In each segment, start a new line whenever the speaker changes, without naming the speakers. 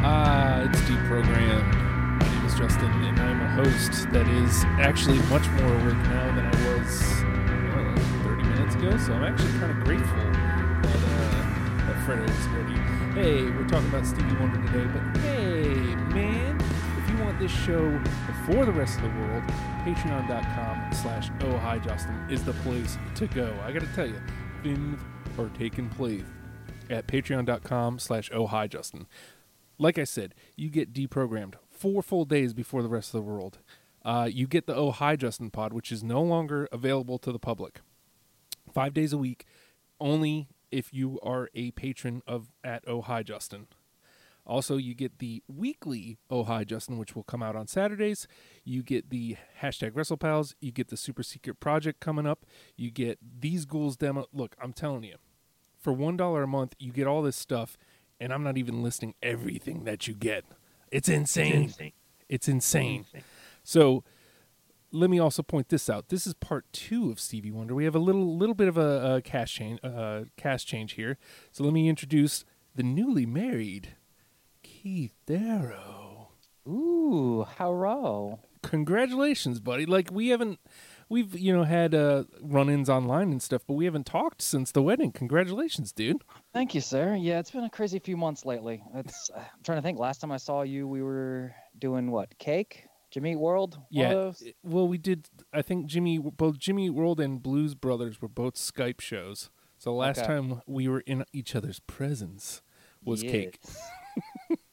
Slides Deprogrammed. My name is Justin, and I'm a host that is actually much more awake now than I was uh, 30 minutes ago, so I'm actually kind of grateful that, uh, that Fredo was ready. Hey, we're talking about Stevie Wonder today, but hey, man, if you want this show before the rest of the world, patreon.com slash oh hi Justin is the place to go. I gotta tell you, things are taking place at patreon.com slash oh hi Justin like I said, you get deprogrammed four full days before the rest of the world. Uh, you get the Oh Hi Justin pod, which is no longer available to the public. Five days a week, only if you are a patron of at Oh Hi Justin. Also, you get the weekly Oh Hi Justin, which will come out on Saturdays. You get the hashtag WrestlePals. You get the Super Secret Project coming up. You get these ghouls demo. Look, I'm telling you, for one dollar a month, you get all this stuff, and I'm not even listing everything that you get. It's insane. It's insane. So let me also point this out. This is part two of Stevie Wonder. We have a little little bit of a, a cash change uh, cash change here. So let me introduce the newly married Keith Darrow.
Ooh, hello.
Congratulations, buddy! Like we haven't we've you know had uh, run-ins online and stuff, but we haven't talked since the wedding. Congratulations, dude!
Thank you, sir. Yeah, it's been a crazy few months lately. It's, uh, I'm trying to think. Last time I saw you, we were doing what? Cake? Jimmy Eat World? One
Yeah.
Of those?
it- Well, we did. I think Jimmy, both Jimmy Eat World and Blues Brothers were both Skype shows. So last
Okay.
time we were in each other's presence was cake,
Yes.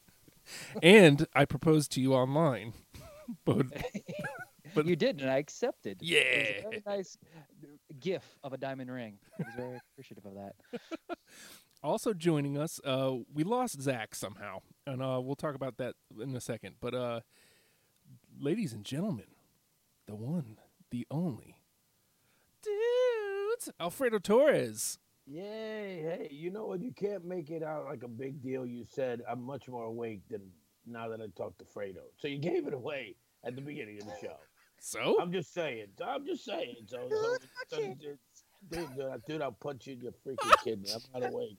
and I proposed to you online. but But-
you did, and I accepted. It was
Yeah.
a very nice gif of a diamond ring. I was very appreciative of that.
also joining us, uh, we lost Zach somehow, and uh, we'll talk about that in a second. But uh, ladies and gentlemen, the one, the only, dudes, Alfredo Torres.
Yay! Hey, you know what? You can't make it out like a big deal. You said I'm much more awake than now that I talked to Fredo. So you gave it away at the beginning of the show.
So
I'm just saying. I'm just saying. So, so, so dude, dude, dude, I'll punch you in your freaking kidney. I'm not awake.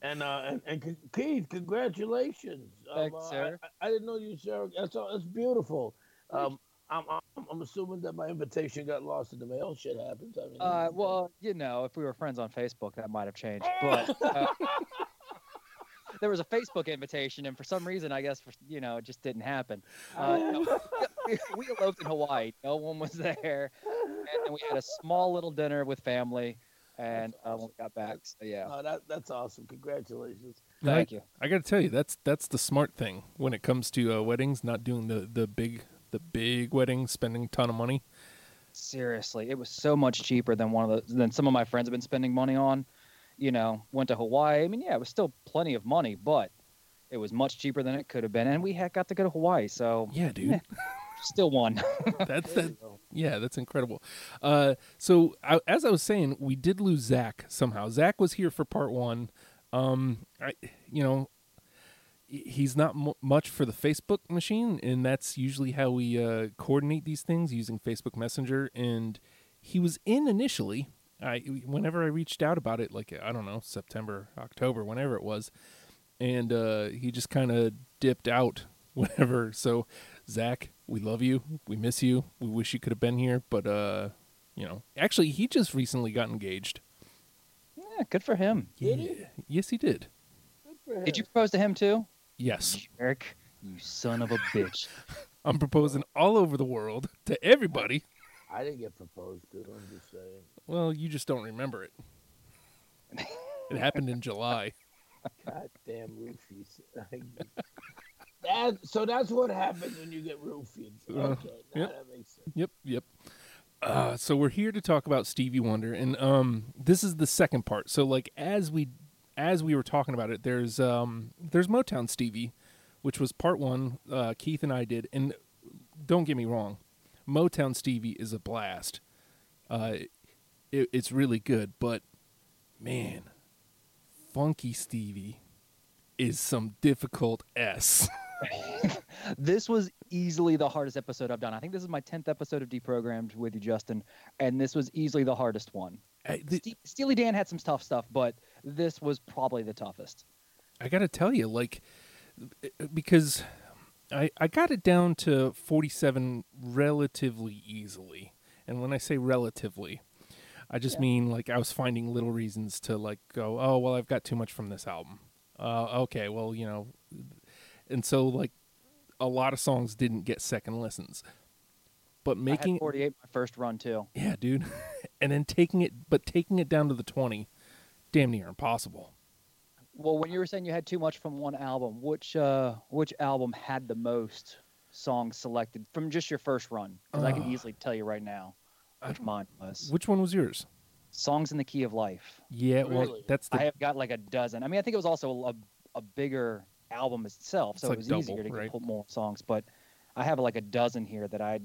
and uh, and, and C- Keith, congratulations.
Thanks,
uh,
sir.
I, I didn't know you, sir. That's all. That's beautiful. Um, I'm, I'm I'm assuming that my invitation got lost in the mail. Shit happens. I mean,
Uh, well, you know, if we were friends on Facebook, that might have changed. But uh, there was a Facebook invitation, and for some reason, I guess for, you know, it just didn't happen. Uh, no, we, we eloped in Hawaii. No one was there, and then we had a small little dinner with family, and uh, when we got back, so yeah.
Oh, that, that's awesome. Congratulations.
Thank you.
I gotta tell you, that's that's the smart thing when it comes to uh, weddings. Not doing the the big the big wedding, spending a ton of money.
Seriously, it was so much cheaper than one of the than some of my friends have been spending money on. You know, went to Hawaii. I mean, yeah, it was still plenty of money, but it was much cheaper than it could have been, and we had got to go to Hawaii, so
Yeah, dude.
still won.
that's that. Yeah, that's incredible. Uh, so I, as I was saying, we did lose Zach somehow. Zach was here for part one. Um, I, you know, he- he's not mu much for the Facebook machine, and that's usually how we uh, coordinate these things using Facebook Messenger. And he was in initially. I whenever I reached out about it, like I don't know September, October, whenever it was, and uh, he just kind of dipped out whenever. So, Zach, we love you. We miss you. We wish you could have been here, but uh, you know, actually, he just recently got engaged.
yeah, good for him.
Did
Yeah. Yes, he did.
Did you propose to him too?
Yes,
Eric, you son of a bitch.
I'm proposing all over the world to everybody.
I didn't get proposed to. I'm just saying.
Well, you just don't remember it. It happened in July.
Goddamn roofies. that, so that's what happens when you get roofied.
Uh,
Okay, now
yep.
that makes sense.
Yep, yep. Uh, so we're here to talk about Stevie Wonder, and um, this is the second part. So like as we as we were talking about it, there's um, there's Motown Stevie, which was part one. Uh, Keith and I did, and don't get me wrong, Motown Stevie is a blast. Uh, it, it's really good, but man, Funky Stevie is some difficult s.
this was easily the hardest episode I've done. I think this is my 10th episode of Deprogrammed with you, Justin, and this was easily the hardest one.
I- th-
Ste- Steely Dan had some tough stuff, but this was probably the toughest.
I gotta tell you, like uh, because I I got it down to 47 relatively easily. And when I say relatively, I just
Yeah.
mean like I was finding little reasons to like go, "Oh, well, I've got too much from this album." Uh okay, well, you know, and so like a lot of songs didn't get second listens. But
I
making
had 48 my first run too.
yeah, dude. and then taking it, but taking it down to the 20, damn near impossible.
Well, when you were saying you had too much from one album, which uh, which album had the most songs selected from just your first run? Because I can
Ugh.
easily tell you right now which mine was.
Which one was yours?
Songs in the Key of Life.
Yeah, well,
Really?
that's the.
I have got like a dozen. I mean, I think it was also a, a bigger album itself,
It's
so
like
it was
double,
easier to
right?
put more songs. But I have like a dozen here that I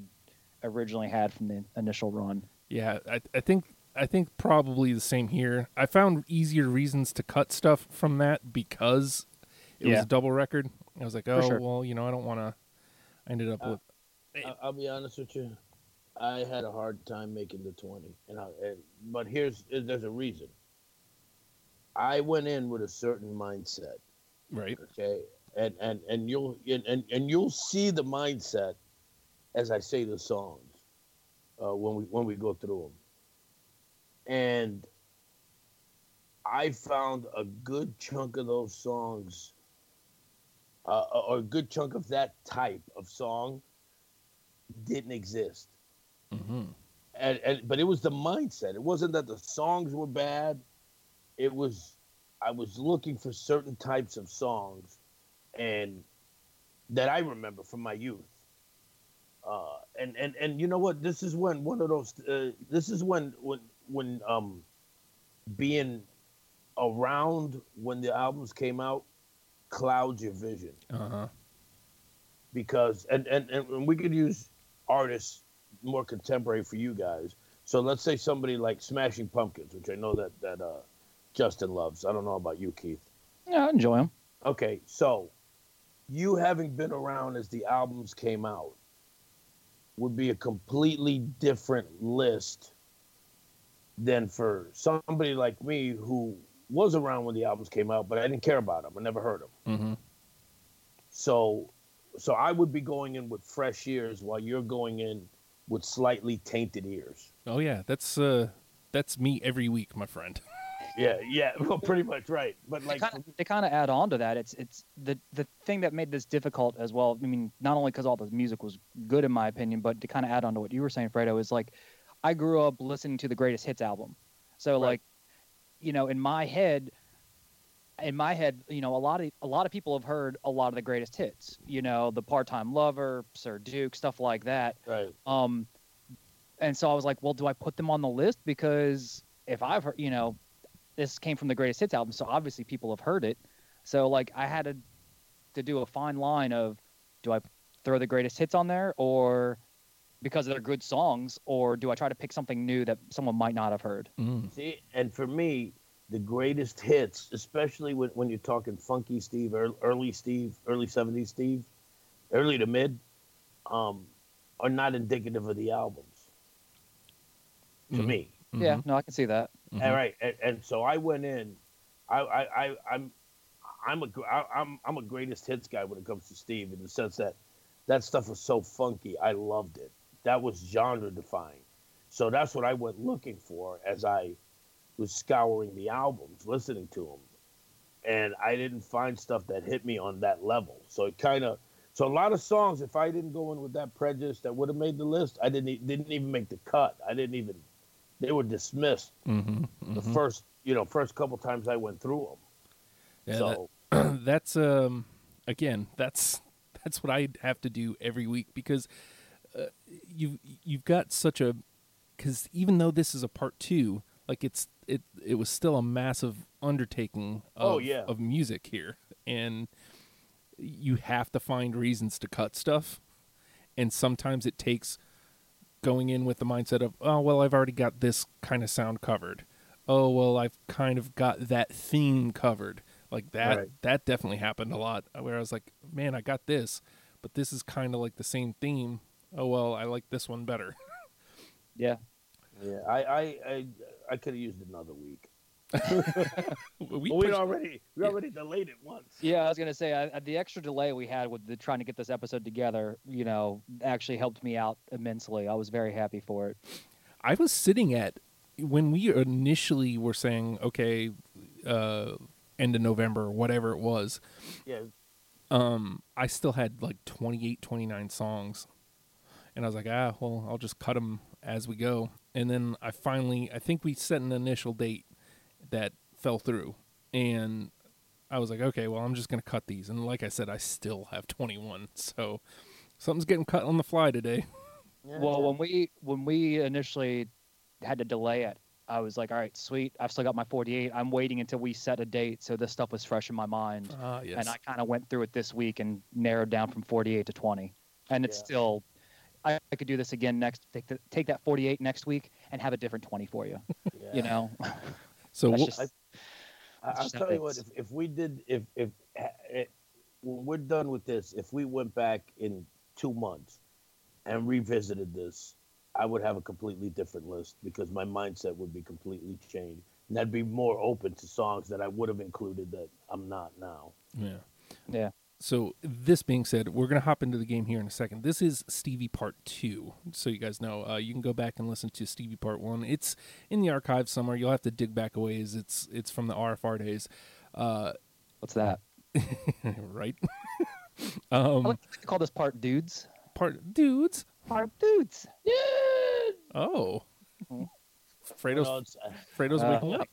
originally had from the initial run.
yeah, I, I think I think probably the same here. I found easier reasons to cut stuff from that because it
Yeah.
was a double record. I was like,
For
oh
sure.
well, you know, I don't want to. I ended up
Uh,
with
I- I'll be honest with you. I had a hard time making the twenty, and, I, and but here's there's a reason. I went in with a certain mindset,
right.
uh,
okay, and and and you'll and and, and you'll see the mindset as I say the songs uh, when we when we go through them, and I found a good chunk of those songs, uh, or a good chunk of that type of song, didn't exist
hmm
and, and but it was the mindset. It wasn't that the songs were bad. It was I was looking for certain types of songs, and that I remember from my youth. Uh, and and and you know what? This is when one of those. Uh, this is when when when um, being around when the albums came out clouds your vision
Uh huh.
because and, and and we could use artists more contemporary for you guys. So let's say somebody like Smashing Pumpkins, which I know that that uh, Justin loves. I don't know about you, Keith.
Yeah, I enjoy them.
Okay, so you having been around as the albums came out would be a completely different list than for somebody like me who was around when the albums came out, but I didn't care about them. I never heard them.
hmm
So, so I would be going in with fresh ears while you're going in with slightly tainted ears.
Oh yeah, that's uh, that's me every week, my friend.
Yeah, yeah, well, pretty much right. But like,
they kind of, add on to that. It's it's the the thing that made this difficult as well. I mean, not only because all the music was good in my opinion, but to kind of add on to what you were saying, Fredo, is like I grew up listening to the greatest hits album, so
Right.
like you know, in my head, in my head, you know, a lot of a lot of people have heard a lot of the greatest hits. You know, the Part Time Lover, Sir Duke, stuff like that.
right,
Um, and so I was like, well, do I put them on the list? Because if I've heard, you know, this came from the greatest hits album, so obviously people have heard it. So like, I had to to do a fine line of, do I throw the greatest hits on there, or because they're good songs, or do I try to pick something new that someone might not have heard?
Mm.
see, and for me, the greatest hits, especially when, when you're talking funky Steve, ear- early Steve, early '70s Steve, early to mid, um, are not indicative of the albums to
Mhm.
me.
Yeah, no, I can see that.
Mhm.
All right, and, and so I went in. I, I, I I'm, I'm a, gr- I, I'm, I'm a greatest hits guy when it comes to Steve in the sense that that stuff was so funky. I loved it. That was genre defying. So that's what I went looking for as I was scouring the albums, listening to them, and I didn't find stuff that hit me on that level. So it kind of, so a lot of songs. If I didn't go in with that prejudice, that would have made the list. I didn't, e- didn't even make the cut. I didn't even. They were dismissed
Mhm.
the
Mm-hmm.
Mhm.
first you know first couple times I went through them.
Yeah, that-
so
that's um again that's that's what I have to do every week because uh, you you've got such a because even though this is a part two like it's it it was still a massive undertaking of,
Oh, yeah.
of music here and you have to find reasons to cut stuff and sometimes it takes going in with the mindset of oh well I've already got this kind of sound covered oh well I've kind of got that theme covered like that
Right.
that definitely happened a lot where I was like man I got this but this is kind of like the same theme oh well I like this one better
Yeah,
yeah, I I I, I could have used another week.
we
Well, we
pushed-
already we already delayed it once.
Yeah, I was gonna say I, the extra delay we had with the, trying to get this episode together, you know, actually helped me out immensely. I was very happy for it.
I was sitting at when we initially were saying okay, uh, end of November, whatever it was.
Yeah,
um i still had like 28 29 songs and i was like ah well i'll just cut them as we go and then i finally i think we set an initial date that fell through and i was like okay well i'm just gonna cut these and like i said i still have 21 so something's getting cut on the fly today
yeah.
Well, when we when we initially had to delay it, I was like, all right, sweet, I've still got my 48. I'm waiting until we set a date, so this stuff was fresh in my mind.
ah yes
and I kind of went through it this week and narrowed down from 48 to 20. And it's
Yeah.
still, I, I could do this again next. Take, the, take that 48 next week and have a different 20 for you.
yeah.
You know,
so
That's
we'll,
just-
I- I,
It's
I'll
just
tell you what. If,
ethics.
if we did, if if eh, when we're done with this, if we went back in two months and revisited this, I would have a completely different list because my mindset would be completely changed, and I'd be more open to songs that I would have included that I'm not now.
yeah
yeah.
so this being said we're gonna hop into the game here in a second this is stevie part two so you guys know uh, you can go back and listen to stevie part one it's in the archives somewhere you'll have to dig back a ways it's it's from the rfr days uh,
What's that?
right
Mm-hmm. I
um
like to call this part dudes.
part dudes
Part dudes.
oh
Mhm.
I went,
fredo's
old,
fredo's
Uh,
waking up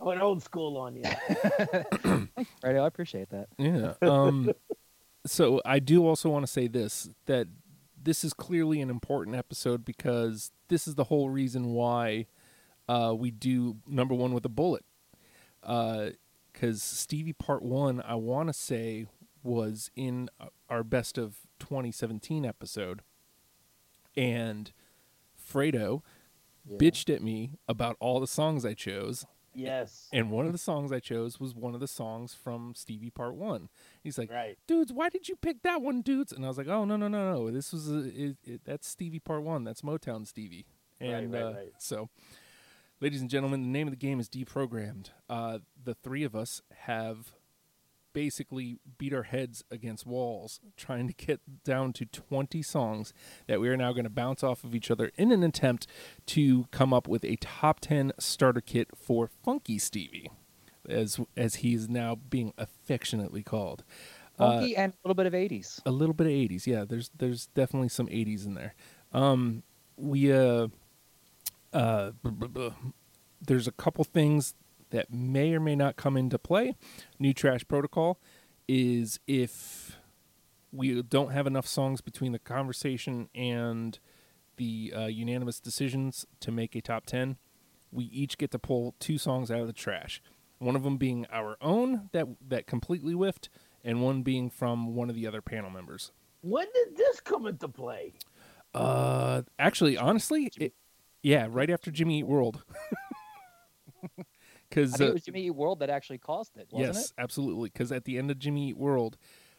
I went Oh, old school on you.
Right. I appreciate that.
Yeah. Um, so I do also want to say this that this is clearly an important episode because this is the whole reason why uh, we do number one with a bullet. Because Stevie Part One, I want to say, was in our best of 2017 episode, and Fredo
Yeah.
bitched at me about all the songs I chose.
Yes.
And one of the songs I chose was one of the songs from Stevie Part One. He's like,
Right.
"Dudes, why did you pick that one, dudes?" And I was like, "Oh no, no, no, no! This was a, it, it, that's Stevie Part One. That's Motown Stevie."
Right,
And
right,
uh,
right.
so, ladies and gentlemen, the name of the game is deprogrammed. Uh, the three of us have basically beat our heads against walls trying to get down to 20 songs that we are now going to bounce off of each other in an attempt to come up with a top 10 starter kit for Funky Stevie as as he is now being affectionately called
Funky and a little bit of 80s.
a little bit of 80s yeah there's there's definitely some 80s in there um we uh uh blah, blah, blah. there's a couple things that may or may not come into play new trash protocol is if we don't have enough songs between the conversation and the uh, unanimous decisions to make a top 10 we each get to pull two songs out of the trash one of them being our own that that completely whiffed and one being from one of the other panel members
When did this come into play?
uh actually honestly it, yeah right after jimmy eat world
I
because
think it was Jimmy Eat World that actually caused it, wasn't
yes,
it?
absolutely. Because at the end of Jimmy Eat World,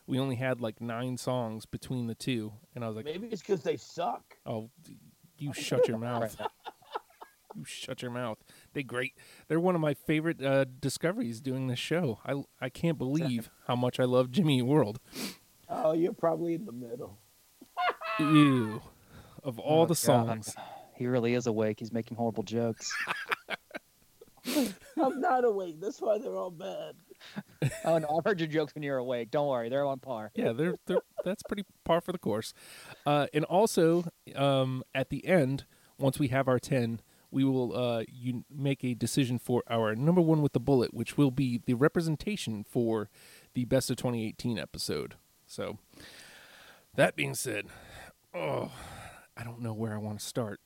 we only had like nine songs between the two, and I was like,
Maybe it's because they suck.
"Oh, you shut your mouth! you shut your mouth!" They great. They're one of my favorite uh, discoveries doing this show. I I can't believe how much I love Jimmy Eat World.
Oh, you're probably in the middle.
Ew. Of all
Oh,
the
God.
songs,
He really is awake. He's making horrible jokes.
I'm not awake. That's why they're all bad.
oh no, I've heard your jokes when you're awake. Don't worry, they're on par.
yeah, they're, they're that's pretty par for the course. Uh, and also, um, at the end, once we have our ten, we will uh, you make a decision for our number one with the bullet, which will be the representation for the best of 2018 episode. So, that being said, oh, I don't know where I want to start.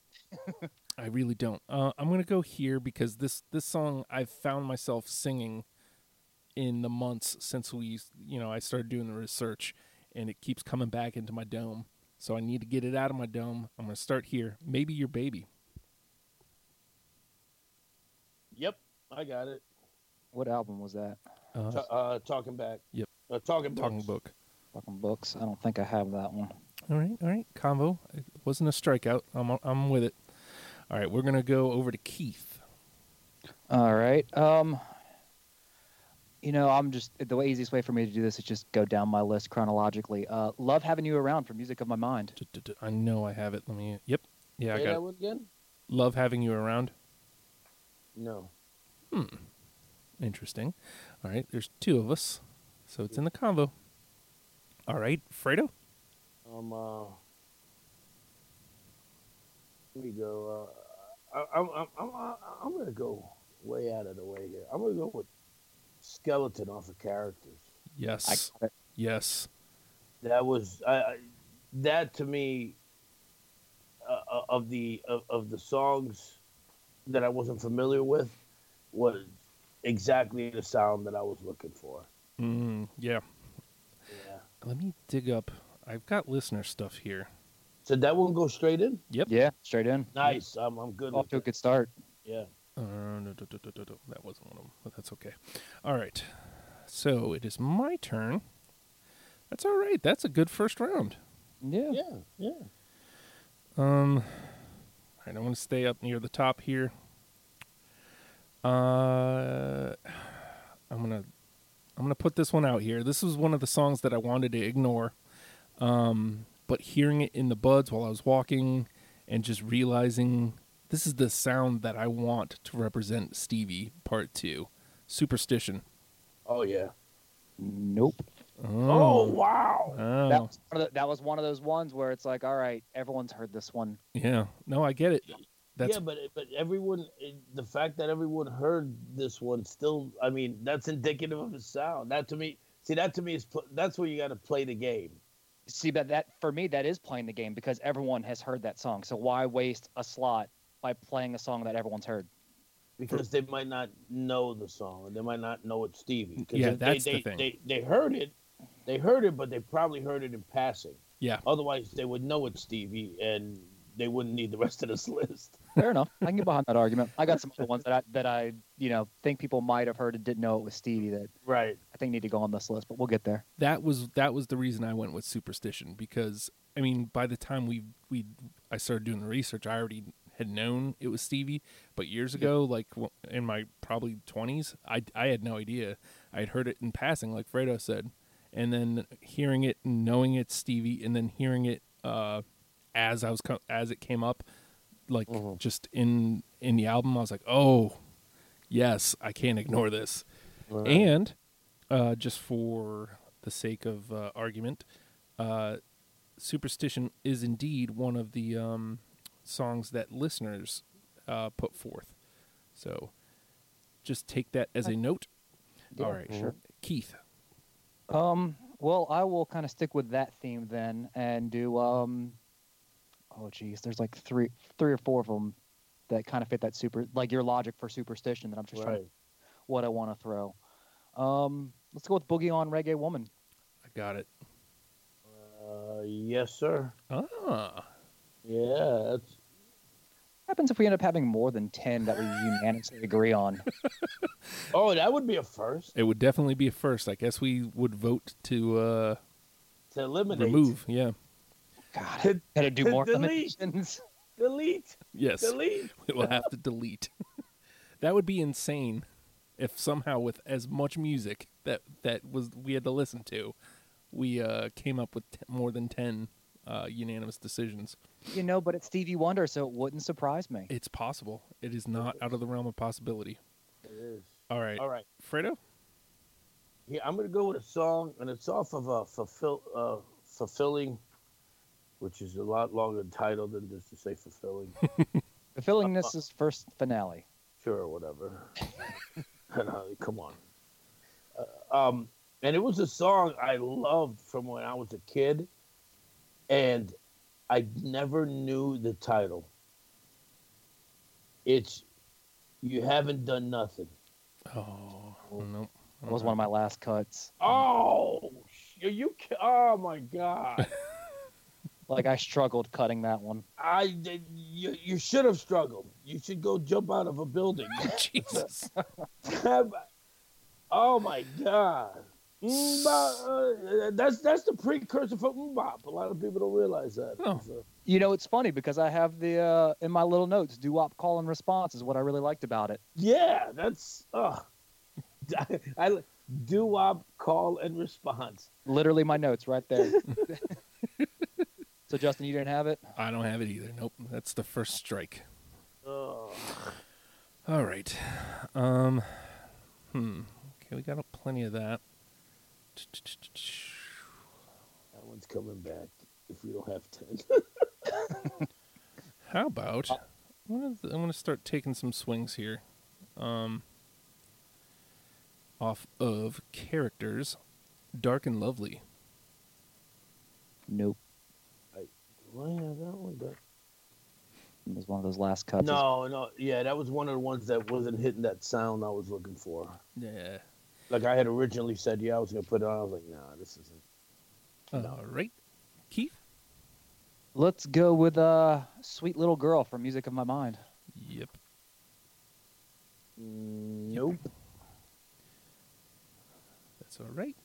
I really don't. Uh, I'm gonna go here because this this song I've found myself singing in the months since we you know I started doing the research, and it keeps coming back into my dome. So I need to get it out of my dome. I'm gonna start here. Maybe your baby.
Yep, I got it.
What album was that?
Uh,
Ta- uh, talking back.
Yep.
Uh, talking
Talking
books.
book.
Fucking books. I don't think I have that one.
All right, all right. Convo. It wasn't a strikeout. I'm I'm with it. All right, we're gonna go over to Keith.
All right. Um, you know, I'm just the way easiest way for me to do this is just go down my list chronologically. Uh, love having you around for music of my mind.
D- d- d- I know I have it. Let me. Yep. Yeah, I
Say
got
that
it.
one again?
Love having you around.
No.
Interesting. All right. There's two of us, so it's in the convo. All right, Fredo.
Um. Uh, here we go. Uh, I, I'm, I'm, I'm, uh, I'm gonna go way out of the way here. I'm gonna go with skeleton off of characters.
I
Yes.
got it.
Yes.
That was I, I that to me uh, uh, of the of, of the songs that I wasn't familiar with was exactly the sound that I was looking for.
Mm, yeah.
Yeah.
Let me dig up. I've got listener stuff here.
So that one go straight in.
Yep.
Yeah, straight in.
Nice. I'm, I'm good.
Off
With
to a
that.
good start.
Yeah.
Uh, no, no, no, no, no, no. That wasn't one of them, but that's okay. All right. So it is my turn. That's all right. That's a good first round.
Yeah.
Yeah. Yeah.
Um, all right, I want to stay up near the top here. Uh, I'm gonna, I'm gonna put this one out here. This was one of the songs that I wanted to ignore, um, but hearing it in the buds while I was walking, and just realizing this is the sound that I want to represent Stevie Part Two, Superstition.
Oh yeah.
Nope.
Oh wow.
Oh.
That, was one of the, that was one of those ones where it's like, all right, everyone's heard this one.
yeah. No, I get it. That's
yeah, but but everyone, it- the fact that everyone heard this one still, I mean, that's indicative of the sound. That to me, see, that to me is pl- that's where you got to play the game.
See, but that for me, that is playing the game because everyone has heard that song. So why waste a slot by playing a song that everyone's heard?
because they might not know the song and they might not know it's Stevie. 'Cause
Yeah,
if they-
that's the
they,
thing.
They, they heard it, they heard it, but they probably heard it in passing.
yeah.
Otherwise, they would know it's Stevie and they wouldn't need the rest of this list.
Fair enough. I can get behind that argument. I got some other ones that I that I you know think people might have heard and didn't know it was Stevie that
Right.
I think need to go on this list, but we'll get there.
that was that was the reason I went with superstition because I mean by the time we we I started doing the research I already had known it was Stevie but years ago like w- in my probably 20s I I had no idea I'd heard it in passing like Fredo said and then hearing it and knowing it's Stevie and then hearing it uh as I was co- as it came up like
Mhm.
just in in the album I was like oh yes I can't ignore this and uh, just for the sake of uh, argument, uh, Superstition is indeed one of the um, songs that listeners uh, put forth. So just take that as a note. All right.
sure.
Keith.
Um, well, I will kind of stick with that theme then and do um oh geez, there's like three three or four of them that kind of fit that super like your logic for superstition that I'm just trying
right.
to, what I want to throw. Um, let's go with Boogie on Reggae Woman.
I got it.
Uh, yes, sir.
Ah.
Yeah. That's,
What happens if we end up having more than 10 that we unanimously agree on?
oh, that would be a first
It would definitely be a first. I guess we would vote to uh,
to eliminate.
remove. Yeah.
God,
To
gotta do
to
more
delete.
eliminations.
delete.
Yes.
Delete.
we will have to delete. that would be insane if somehow with as much music that that was we had to listen to, we uh, came up with t- more than 10 uh, unanimous decisions.
You know, but it's Stevie Wonder, so it wouldn't surprise me.
It's possible. It is not out of the realm of possibility.
It is.
All right.
All right.
Fredo?
Yeah, I'm gonna go with a song, and it's off of uh, fulfill, uh, fulfilling, which is a lot longer title than just to say fulfilling.
Fulfilling this
Uh-huh.
is first finale.
sure, whatever. And I- Come on. Uh, um, and it was a song I loved from when I was a kid, and I never knew the title. It's you haven't done nothing.
Oh, no.
It was one of my last cuts.
Oh, sh- are you? ki- Oh my god.
Like I struggled cutting that one.
I did- you, you should have struggled. You should go jump out of a building.
Jesus.
oh my god. Mbop, uh, that's that's the precursor for Mbop. A lot of people don't realize that.
Oh.
So-
You know, it's funny because I have the uh, in my little notes, doo wop call and response is what I really liked about it.
yeah, that's uh, I, I do wop call and response.
Literally my notes right there. so Justin, you didn't have it?
I don't have it either. Nope. That's the first strike.
Ugh.
All right. Um. Hmm. Okay, we got a plenty of that.
that one's coming back if we don't have ten.
How about I'm gonna, I'm gonna start taking some swings here, um, off of characters, Dark and Lovely.
Nope.
Do I have that one? Back?
It was one of those last cuts.
No, no, yeah, that was one of the ones that wasn't hitting that sound I was looking for.
Yeah.
Like I had originally said, yeah, I was gonna put it on. I was like, nah, this isn't.
All right, Keith.
Let's go with uh, Sweet Little Girl from Music of My Mind.
Yep.
Nope.
That's all right.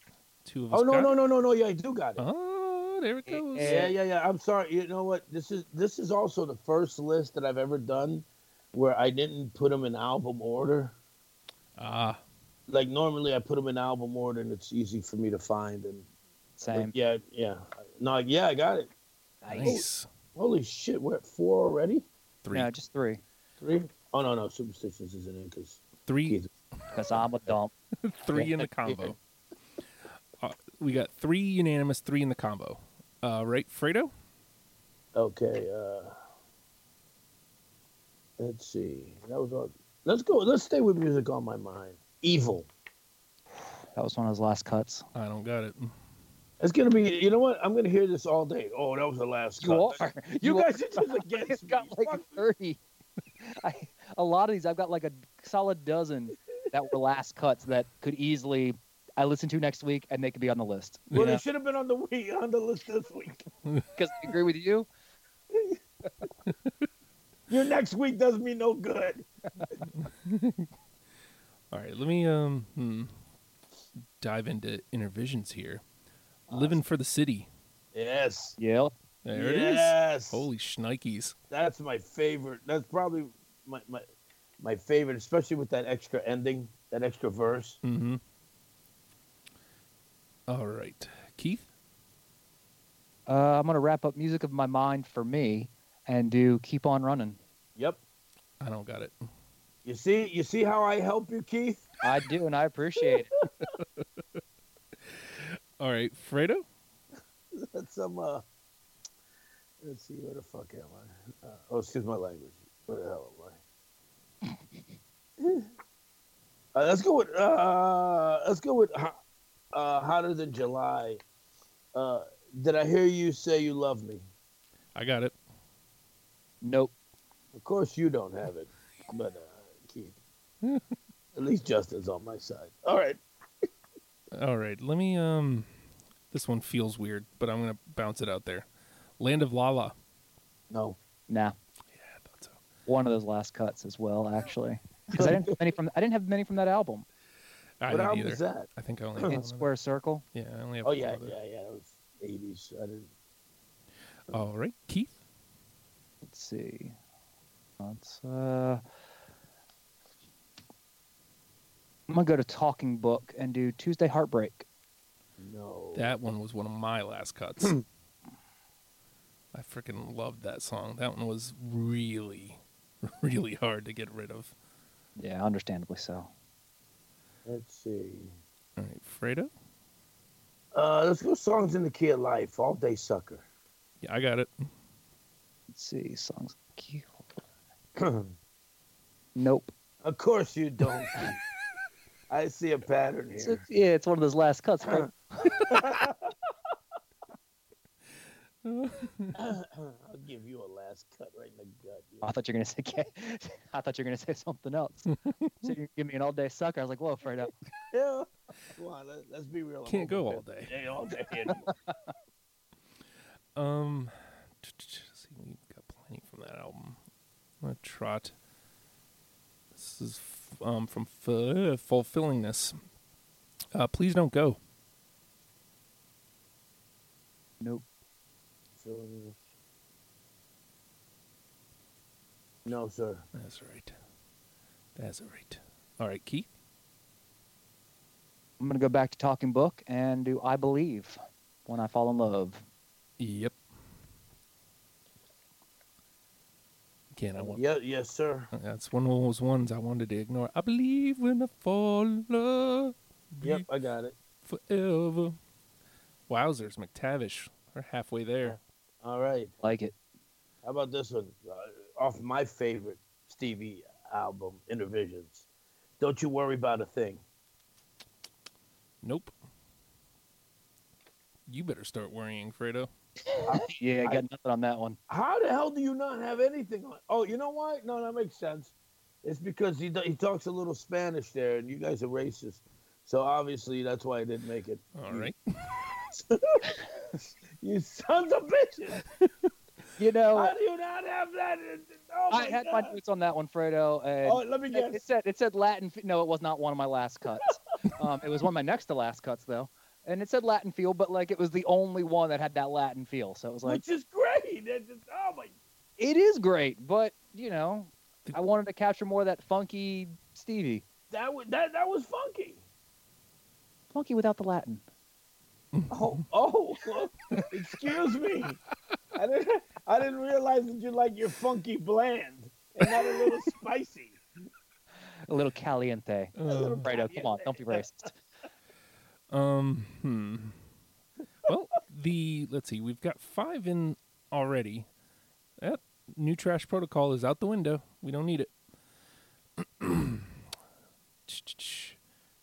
Two of us.
Oh no,
got-
no, no, no, no. Yeah, I do got it.
Oh, there it goes.
Yeah, yeah, yeah. I'm sorry. You know what? This is this is also the first list that I've ever done where I didn't put them in album order.
Ah,
Like normally, I put them in album order, and it's easy for me to find. And
Same.
yeah, yeah. No, yeah, I got it.
nice.
Holy shit, we're at four already.
Three.
No, just three.
Three? Oh no, no, superstitions isn't in because
Three.
Keith.
Because I'm a dump.
Three in the combo. Uh, we got three unanimous. Three in the combo. Uh, right, Fredo.
Okay. Uh, let's see. That was all. Let's go. Let's stay with music on my mind. Evil.
That was one of those last cuts.
I don't got it.
It's gonna be. You know what? I'm gonna hear this all day. Oh, that was the last. cut. You, guys are just
It's
against
got
me.
like 30. I, a lot of these, I've got like a solid dozen that were last cuts that could easily I listen to next week and they could be on the list.
well,
Because
they should have been on the week on the list this week.
I agree with you.
Your next week does me no good.
All right, let me um hmm, dive into inner visions here. Living for the city.
Yes.
Yeah.
There it is.
yes.
Holy shnikes.
That's my favorite. That's probably my my my favorite, especially with that extra ending, that extra verse.
Mm-hmm. All right, Keith.
Uh, I'm going to wrap up Music of My Mind for me and do Keep On Running.
Yep.
I don't got it.
You see, you see how I help you, Keith?
I do, and I appreciate it.
All right, Fredo.
That's some. Uh, let's see, where the fuck am I? Uh, oh, excuse my language. Where the hell am I? uh, let's go with. Uh, let's go with. ho- Uh, hotter than July. Uh, did I hear you say you love me?
I got it.
Nope.
Of course you don't have it, but uh, Keith. At least Justin's on my side. All right.
All right, let me um this one feels weird, but I'm going to bounce it out there. Land of Lala.
No.
Nah.
Yeah, I thought so.
One of those last cuts as well, actually. Because I didn't have many from I didn't have many from that album.
I
what
didn't
album
either.
is that?
I think I only have one
In
other.
Square Circle.
Yeah, I only have
Oh
one
yeah,
other.
yeah, yeah. It was eighties. I didn't.
All right, Keith.
Let's see. Let's uh I'm gonna go to Talking Book and do Tuesday Heartbreak.
No.
That one was one of my last cuts. I freaking loved that song. That one was really, really hard to get rid of.
Yeah, understandably so.
Let's see.
All right, Fredo.
Uh, let's go songs in the key of life. All day sucker.
Yeah, I got it.
Let's see, songs cute.
of
Nope.
course you don't. Keith. I see a pattern
It's,
here.
it's- yeah, it's one of those last cuts. but
I'll give you a last cut right in the gut. you
I
Uh,
thought you were gonna say I thought you were gonna say something else. so you give me an all day sucker. I was like, whoa, Fredo.
know. Come on, let, let's be real. I'm
Can't go
over
all day.
50. Yeah, all day. anymore.
Um, see, we got plenty from that album. I'm gonna trot. This is f- um from F- Fulfillingness. Uh, please don't go.
feeling. No, sir.
That's right. That's all right. All right, Keith.
I'm gonna go back to talking book and do I believe when I fall in love.
Yep. Again, I want.
Yeah, yes, sir.
That's one of those ones I wanted to ignore. I believe when I fall in love.
Yep, I got it.
Forever. Wowzers, McTavish. We're halfway there.
All right.
Like it.
How about this one? Uh, off my favorite Stevie album, Inner Visions. Don't you worry about a thing.
Nope. You better start worrying, Fredo.
Yeah,
I-
got nothing on that one.
How the hell do you not have anything on? Oh, you know why? No, that makes sense. It's because he, he talks a little Spanish there, and you guys are racist. So obviously that's why I didn't make it.
All
You-
right.
You sons of bitches!
You know,
How do you not have that? in- Oh
Oh.
my
I had my
God.
notes on that one, Fredo, and
Oh, let me
it-
guess.
it said it said Latin. f- No, it was not one of my last cuts. um, it was one of my next to last cuts though, and it said Latin feel, but like it was the only one that had that Latin feel. So it was like
Which is great. That's just- oh my!
it is great, but you know, I wanted to capture more of that funky Stevie,
That was that that was funky.
funky without the Latin.
Oh, oh, excuse me. I didn't, I didn't realize that you like your funky bland and not a little spicy.
a little caliente.
Uh,
Fredo, come on, don't be racist.
Um, hmm. Well, the let's see, we've got five in already. That new trash protocol is out the window. We don't need it. Ch-ch-ch.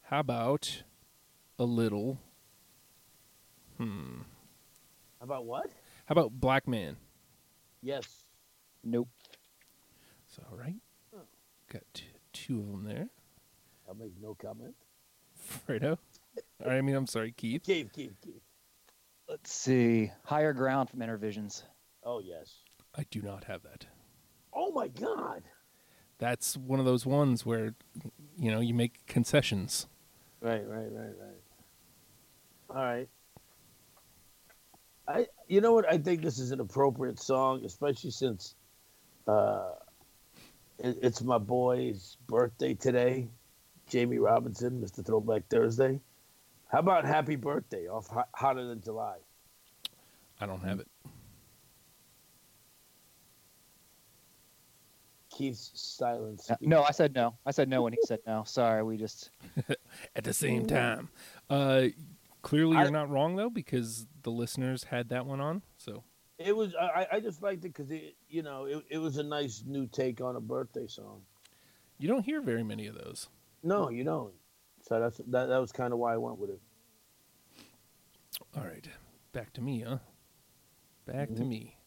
How about a little? Hmm.
About what?
How about Black Man?
Yes.
Nope.
So all right,
Oh.
got t- two of them there.
I'll make no comment.
Fredo. Or, I mean, I'm sorry, Keith.
Keep, keep, keep.
Let's see. Higher ground from Intervisions.
Oh, yes.
I do not have that.
Oh, my God.
That's one of those ones where, you know, you make concessions.
Right, right, right, right. All right. I, you know what? I think this is an appropriate song, especially since uh, it, it's my boy's birthday today, Jamie Robinson, Mr. Throwback Thursday. How about Happy Birthday off Ho- Hotter Than July?
I don't have it.
Keith's silence.
Uh, No, I said no. I said no when he said no. Sorry, we just.
At the same time, uh, clearly
I-
you're not wrong though because the listeners had that one on. So
It was. I, I- I just liked it because it, you know, it, it was a nice new take on a birthday song.
you don't hear very many of those.
No, you don't. So that's that. That was kind of why I went with it.
All right, back to me, huh? Back to
Mhm.
me.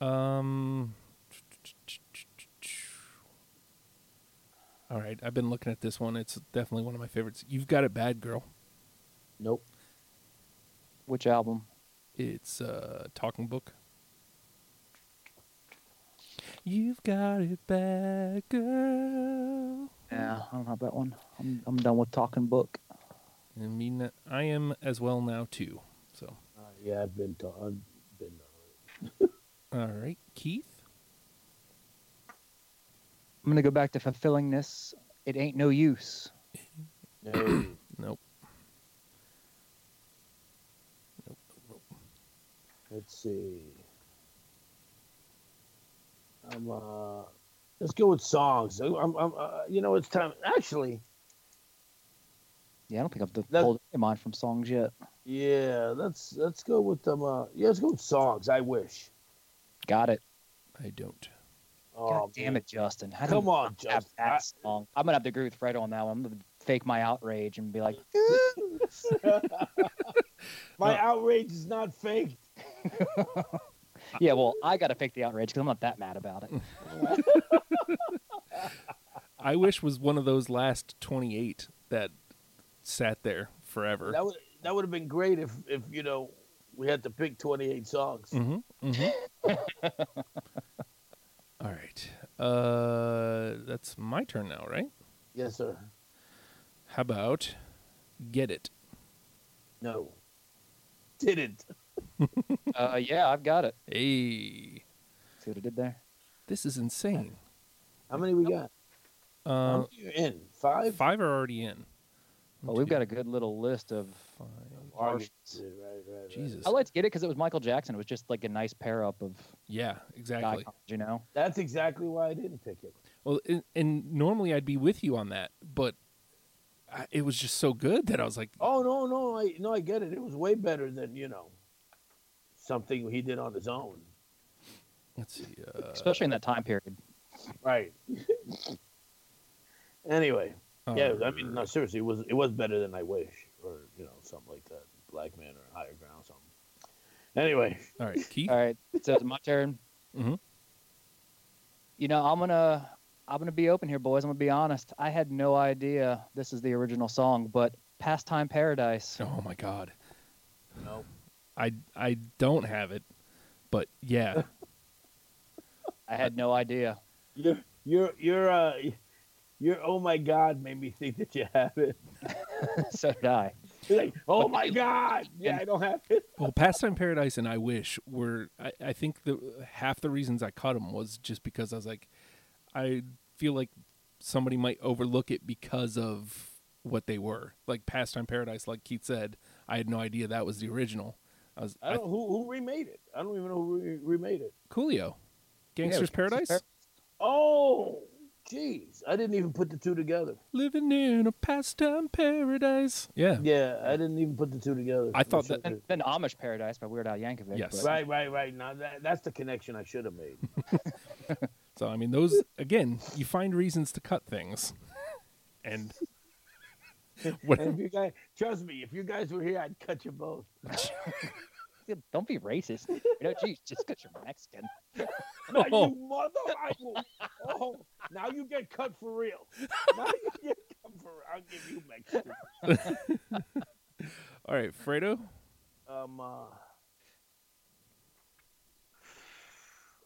Um. All right, I've been looking at this one. It's definitely one of my favorites. You've got it, bad girl.
Nope.
Which album?
It's uh, talking book. You've got it, bad girl.
Yeah, I don't have that one. I'm, I'm done with talking book.
I mean, I am as well now too. So,
Uh, yeah, I've been to. I've been.
all right, Keith.
I'm gonna go back to fulfillingness. It ain't no use.
To, no,
Nope.
let's see. I'm, uh, let's go with songs. I'm, I'm, uh, you know, it's time. Actually,
Yeah, I don't think I've d-
That-
pulled any of mine from songs yet.
yeah. Let's let's go with them. Uh, yeah, let's go with songs. I wish.
Got it.
I don't.
Oh,
God damn
man.
it, Justin. How do
Come
you
on,
not have
Justin.
that song? I'm gonna have to agree with Fredo on that one. I'm gonna fake my outrage and be like,
My
No.
outrage is not fake.
yeah, well, I gotta fake the outrage because I'm not that mad about it.
I wish was one of those last twenty-eight that sat there forever.
That would that would have been great if if you know we had to pick 28 songs.
Mm-hmm. all right. Uh, that's my turn now, right?
Yes, sir.
How about get it?
No. Didn't.
Uh, yeah, I've got it.
Hey,
See what I did there?
this is insane.
How many we got? How
Uh,
many you in? Um, Five?
five are already in.
Well, we've got a good little list of.
Five.
Arguments. Right, right, right.
Jesus.
I like to get it because it was Michael Jackson. It was just like a nice pair up of
Yeah, exactly.
icons, you know.
That's exactly why I didn't pick it.
Well, and, and normally I'd be with you on that, but I, it was just so good that I was like,
Oh no, no, I no, I get it. It was way better than you know something he did on his own.
let's see. Uh,
Especially in that time period.
Right. anyway, yeah, I mean, no,
uh,
seriously, it was it was better than I wish, or you know, something like that, Black Man or Higher Ground, something. Anyway,
All right, Keith.
All right, so it's my turn.
Mhm.
You know, I'm gonna I'm gonna be open here, boys. I'm gonna be honest. I had no idea this is the original song, but "Pastime Paradise."
Oh my God,
no,
I I don't have it, but yeah,
I had no idea.
you're you're you're uh, you're oh my god, made me think that you have it.
so did I.
You're like, oh my god, yeah, I don't have it.
well, Pastime Paradise and I Wish were. I, I think the half the reasons I caught them was just because I was like, I feel like somebody might overlook it because of what they were. Like Pastime Paradise, like Keith said, I had no idea that was the original. I was
I
Oh.
don't who who remade it. I don't even know who re- remade it.
Coolio,
Yeah, it was
Gangsters Paradise.
Par-
Oh, jeez, I didn't even put the two together.
Living in a pastime paradise. Yeah.
Yeah, I didn't even put the two together.
I thought
should
that-
And then Amish Paradise by Weird Al Yankovic.
Yes.
but-
Right, right, right. Now that, that's the connection I should have made.
So I mean, those again, you find reasons to cut things, and
And
what?
if you guys, trust me, if you guys were here, I'd cut you both.
Don't be racist. You know, geez, just because you're Mexican.
Now,
Oh.
you mother, I will. Oh, now you get cut for real. Now you get cut for real. I'll give you Mexican.
All right, Fredo.
Um, uh,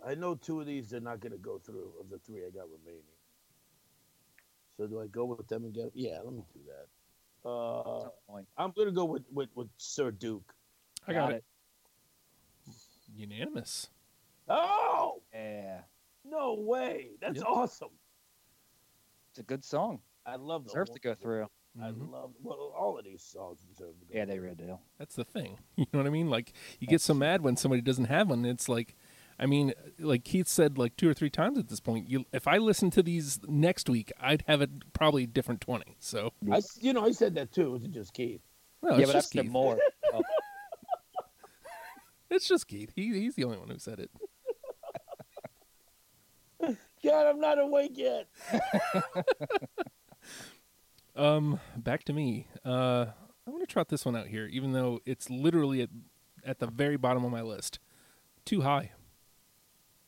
I know two of these they're not going to go through of the three I got remaining. So do I go with them and get? Yeah, let me do that. Uh,
Some point.
I'm going to go with, with, with Sir Duke.
I got, it. Unanimous.
Oh,
Yeah,
no way. That's
Yep.
awesome.
it's a good song.
I love the
Deserves to go
Wolf-
through. Mm-hmm.
I
Mhm.
love well, all of these songs deserve to go.
Yeah, they
through.
really do.
That's the thing. You know what I mean? Like you get so mad when somebody doesn't have one. It's like, I mean, like Keith said, like two or three times at this point. You, if I listened to these next week, I'd have a probably different twenty. So
I, you know, I said that too. It wasn't just Keith.
no,
yeah,
it's
but I've
just
said
Keith.
more. Oh,
It's just Keith. He, he's the only one who said it.
God, I'm not awake yet.
Um, back to me. Uh, I'm gonna trot this one out here, even though it's literally at, at the very bottom of my list. Too high.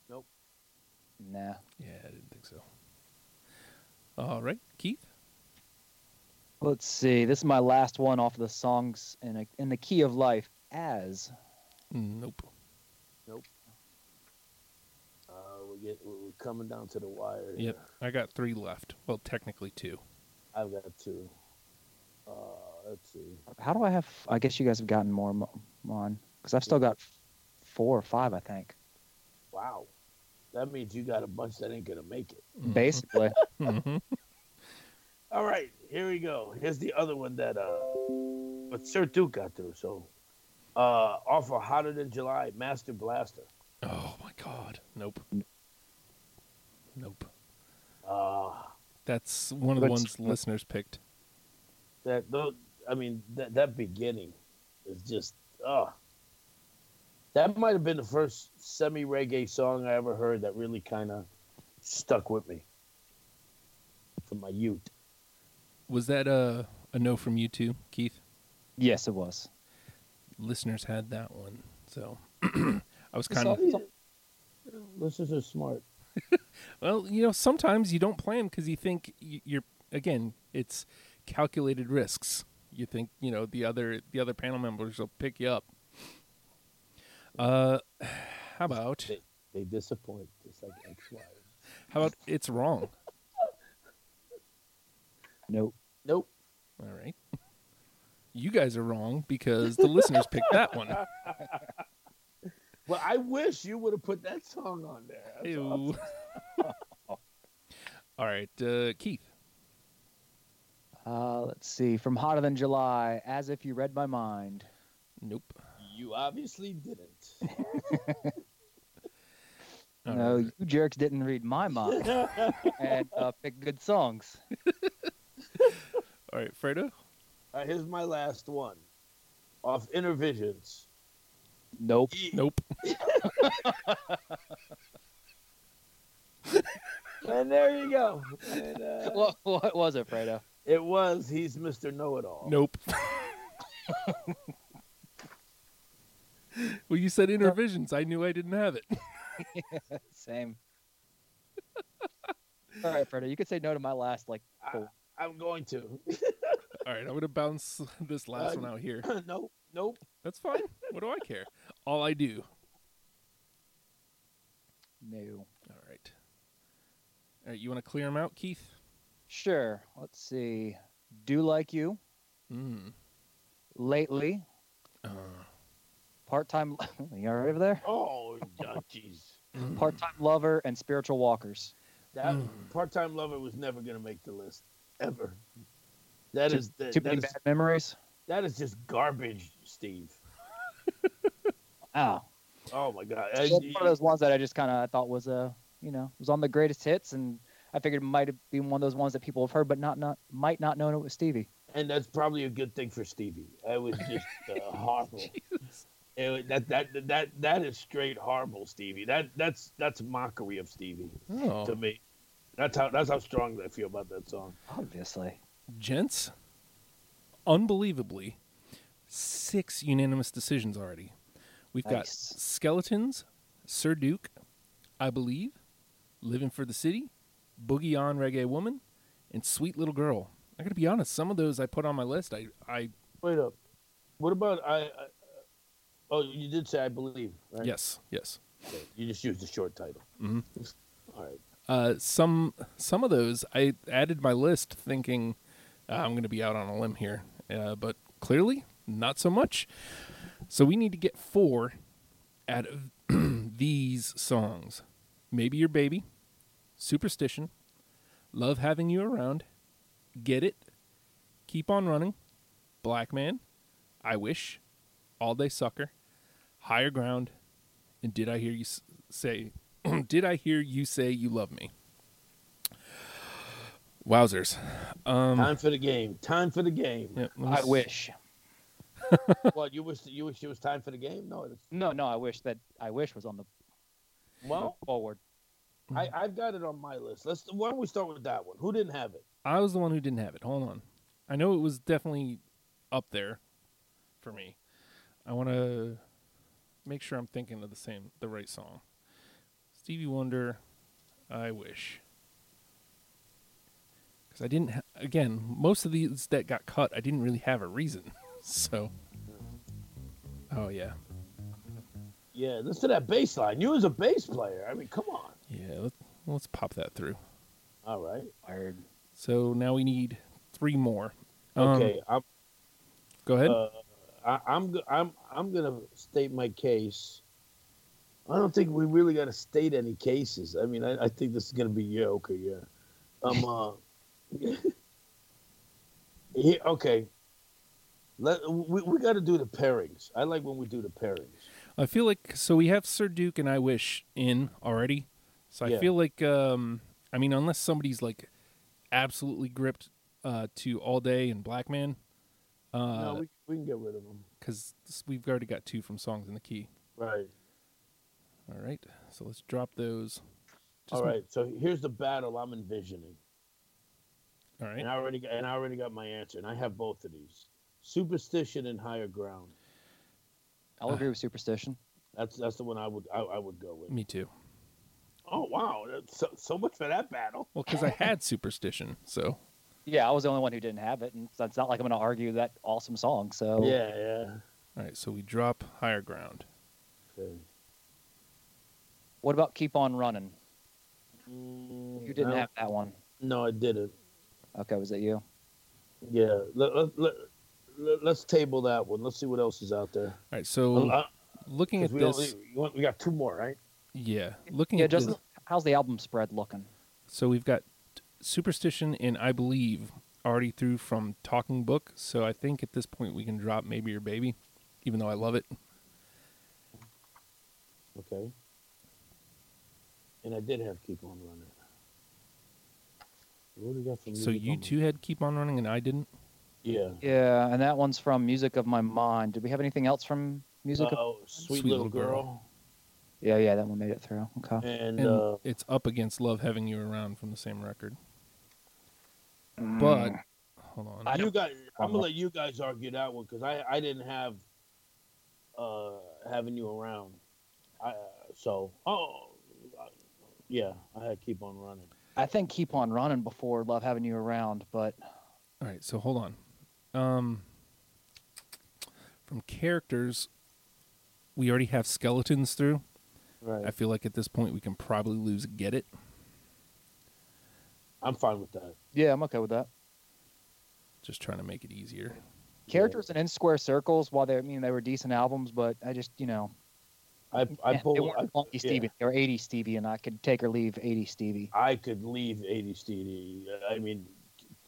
nah.
Yeah, I didn't think so. All right, Keith.
Let's see. This is my last one off of the songs in a, in the key of life. As
Nope.
Uh, we're, get, we're coming down to the wire.
Yep,
here.
I got three left. Well, technically two.
I've got two. Uh, let's see.
how do I have? I guess you guys have gotten more mo- on because I've still got four or five, I think.
Wow, that means you got a bunch that ain't gonna make it.
Mm-hmm.
Basically,
hmm
All right, here we go. Here's the other one that uh, but Sir Duke got through. So, uh, off of Hotter Than July, Master Blaster.
Oh my God. Nope. Nope.
Uh,
That's one of the ones
Let's-
listeners picked.
that tho- I mean that that beginning is just oh that might have been the first semi reggae song I ever heard that really kind of stuck with me from my youth.
Was that a a no from you too, Keith?
yes, it was.
Listeners had that one, so I was
It's
kind of
Listeners are smart.
Well, you know, sometimes you don't plan because you think y- you're again, it's calculated risks. You think you know the other the other panel members will pick you up. Uh, how about
They disappoint just like X Y.
how about it's wrong?
Nope.
Nope.
All right, you guys are wrong because the listeners picked that one.
Well, I wish you would have put that song on there. That's
Ew.
awesome.
All right, uh, Keith.
Uh, let's see. From Hotter Than July, As If You Read My Mind.
Nope.
You obviously didn't.
All
no,
right.
you jerks didn't read my mind and uh, pick good songs.
All right, Fredo.
Uh, here's my last one. Off Inner Visions.
Nope.
E-
Nope.
And there you go. And, uh,
What, what was it, Fredo?
it was He's Mr. Know It All.
Nope. well, you said inner visions. I knew I didn't have it.
Same. All right, Fredo, you could say no to my last, like,
I, I'm going to.
All right, I'm gonna bounce this last one out here.
nope. Nope.
That's fine. What do I care? All I do.
no.
All right. All right, you want to clear them out, Keith?
Sure. Let's see. Do Like You,
Mm.
Lately,
Uh,
Part Time. you all right over there?
Oh, yeah, jeez.
mm.
Part Time Lover and Spiritual Walkers.
That
Hmm.
Mm.
part-time lover was never going to make the list ever. That
Too-
is that,
Too
that,
many
is,
bad memories.
that is just garbage, Steve.
Ow.
Oh my god.
That's one of those ones that I just kind of thought was uh, you know was on the greatest hits, and I figured it might have been one of those ones that people have heard, but not not might not know it was Stevie.
and that's probably a good thing for Stevie. That was just uh, horrible. It was- that that that that is straight horrible, Stevie. That that's that's mockery of Stevie to
Oh,
me. That's how that's how strongly I feel about that song.
Obviously,
gents, unbelievably, six unanimous decisions already. We've got
Nice.
skeletons, Sir Duke, I believe, living for the city, boogie on reggae woman, and sweet little girl. I gotta be honest. Some of those I put on my list. I, I
Wait up. What about I? I oh, you did say I believe. Right?
yes, yes.
Okay, You just used the short title.
Mhm.
All right.
Uh, some some of those I added my list thinking uh, I'm going to be out on a limb here, uh, but clearly not so much. So we need to get four out of these songs. Maybe your baby, superstition, love having you around, get it, keep on running, black man, I wish, all day sucker, higher ground, and did I hear you s- say did I hear you say you love me? Wowzers. Um,
Time for the game. Time for the game.
yeah, let me
I
s-
wish.
What you wish? You wish it was time for the game? No. It's,
No, no, I wish that I wish was on the
well,
forward.
I,
Mm-hmm.
I've got it on my list. Let's. Why don't we start with that one? Who didn't have it?
I was the one who didn't have it. Hold on. I know it was definitely up there for me. I want to make sure I'm thinking of the same, the right song. Stevie Wonder, I wish. Because I didn't, ha- again, most of these that got cut, I didn't really have a reason. So, oh yeah.
Yeah, listen to that bass line. You was a bass player. I mean, come on.
Yeah, let's, let's pop that through.
All right.
Word.
So now we need three more. Um,
Okay. I'm,
Go ahead.
Uh, I, I'm. go- I'm. I'm gonna state my case. I don't think we really got to state any cases. I mean, I, I think this is gonna be yeah, okay, yeah. Um. Uh, yeah, okay. Let we, we got to do the pairings. I like when we do the pairings.
I feel like so we have Sir Duke and I Wish in already. So I
Yeah.
feel like um I mean unless somebody's like absolutely gripped uh to All Day and Black Man
no,
uh
we, we can get rid of them.
cuz we've already got two from Songs in the Key.
Right.
All right. So let's drop those.
All
m-
right. So here's the battle I'm envisioning.
All right.
And I already got, and I already got my answer, and I have both of these: superstition and higher ground.
I'll
Uh.
agree with superstition.
That's that's the one I would I, I would go with.
Me too.
Oh wow, that's so so much for that battle.
Well, cuz I had Superstition. So
Yeah, I was the only one who didn't have it, and that's not like I'm going to argue that awesome song. So
Yeah, yeah.
all right, so we drop Higher Ground.
Okay.
what about Keep on Running?
Mm,
You didn't
I don't-
have that one.
No, I didn't.
Okay, was it you?
Yeah. Let, let, let, let, us table that one. Let's see what else is out there.
All right, so
I,
looking at
uh, we,
this,
only- you want- we got two more, right?
yeah, looking
Yeah,
at this-
Justin, how's the album spread looking?
So we've got Superstition and I Believe already through from Talking Book. So I think at this point we can drop Maybe Your Baby, even though I love it.
Okay. And I did have keep on running. What do we got from
So
music
you
on-
two had Keep On Running and I didn't.
Yeah.
Yeah, and that one's from Music of My Mind. Did we have anything else from Music of?
Oh, sweet, little, girl.
Yeah, yeah, that one made it through. Okay.
And,
And
uh,
it's up against Love Having You Around from the same record.
mm.
But hold on.
I
you
don't-
guys, I'm
Uh-huh.
gonna let you guys argue that one because I, I didn't have uh having you around. I uh, so oh uh, yeah, I had keep on running.
I think Keep On Running before Love Having You Around, but
All right, so hold on. Um, from characters, we already have skeletons through.
Right,
I feel like at this point we can probably lose Get It.
I'm fine with that.
yeah, I'm okay with that.
Just trying to make it easier.
Characters and In Square Circles, while they, I mean, they were decent albums, but I just, you know,
I I
eh, they
pulled.
weren't
I,
funky Stevie. They were 80 Stevie, and I could take or leave 80 Stevie.
I could leave 80 Stevie. I mean,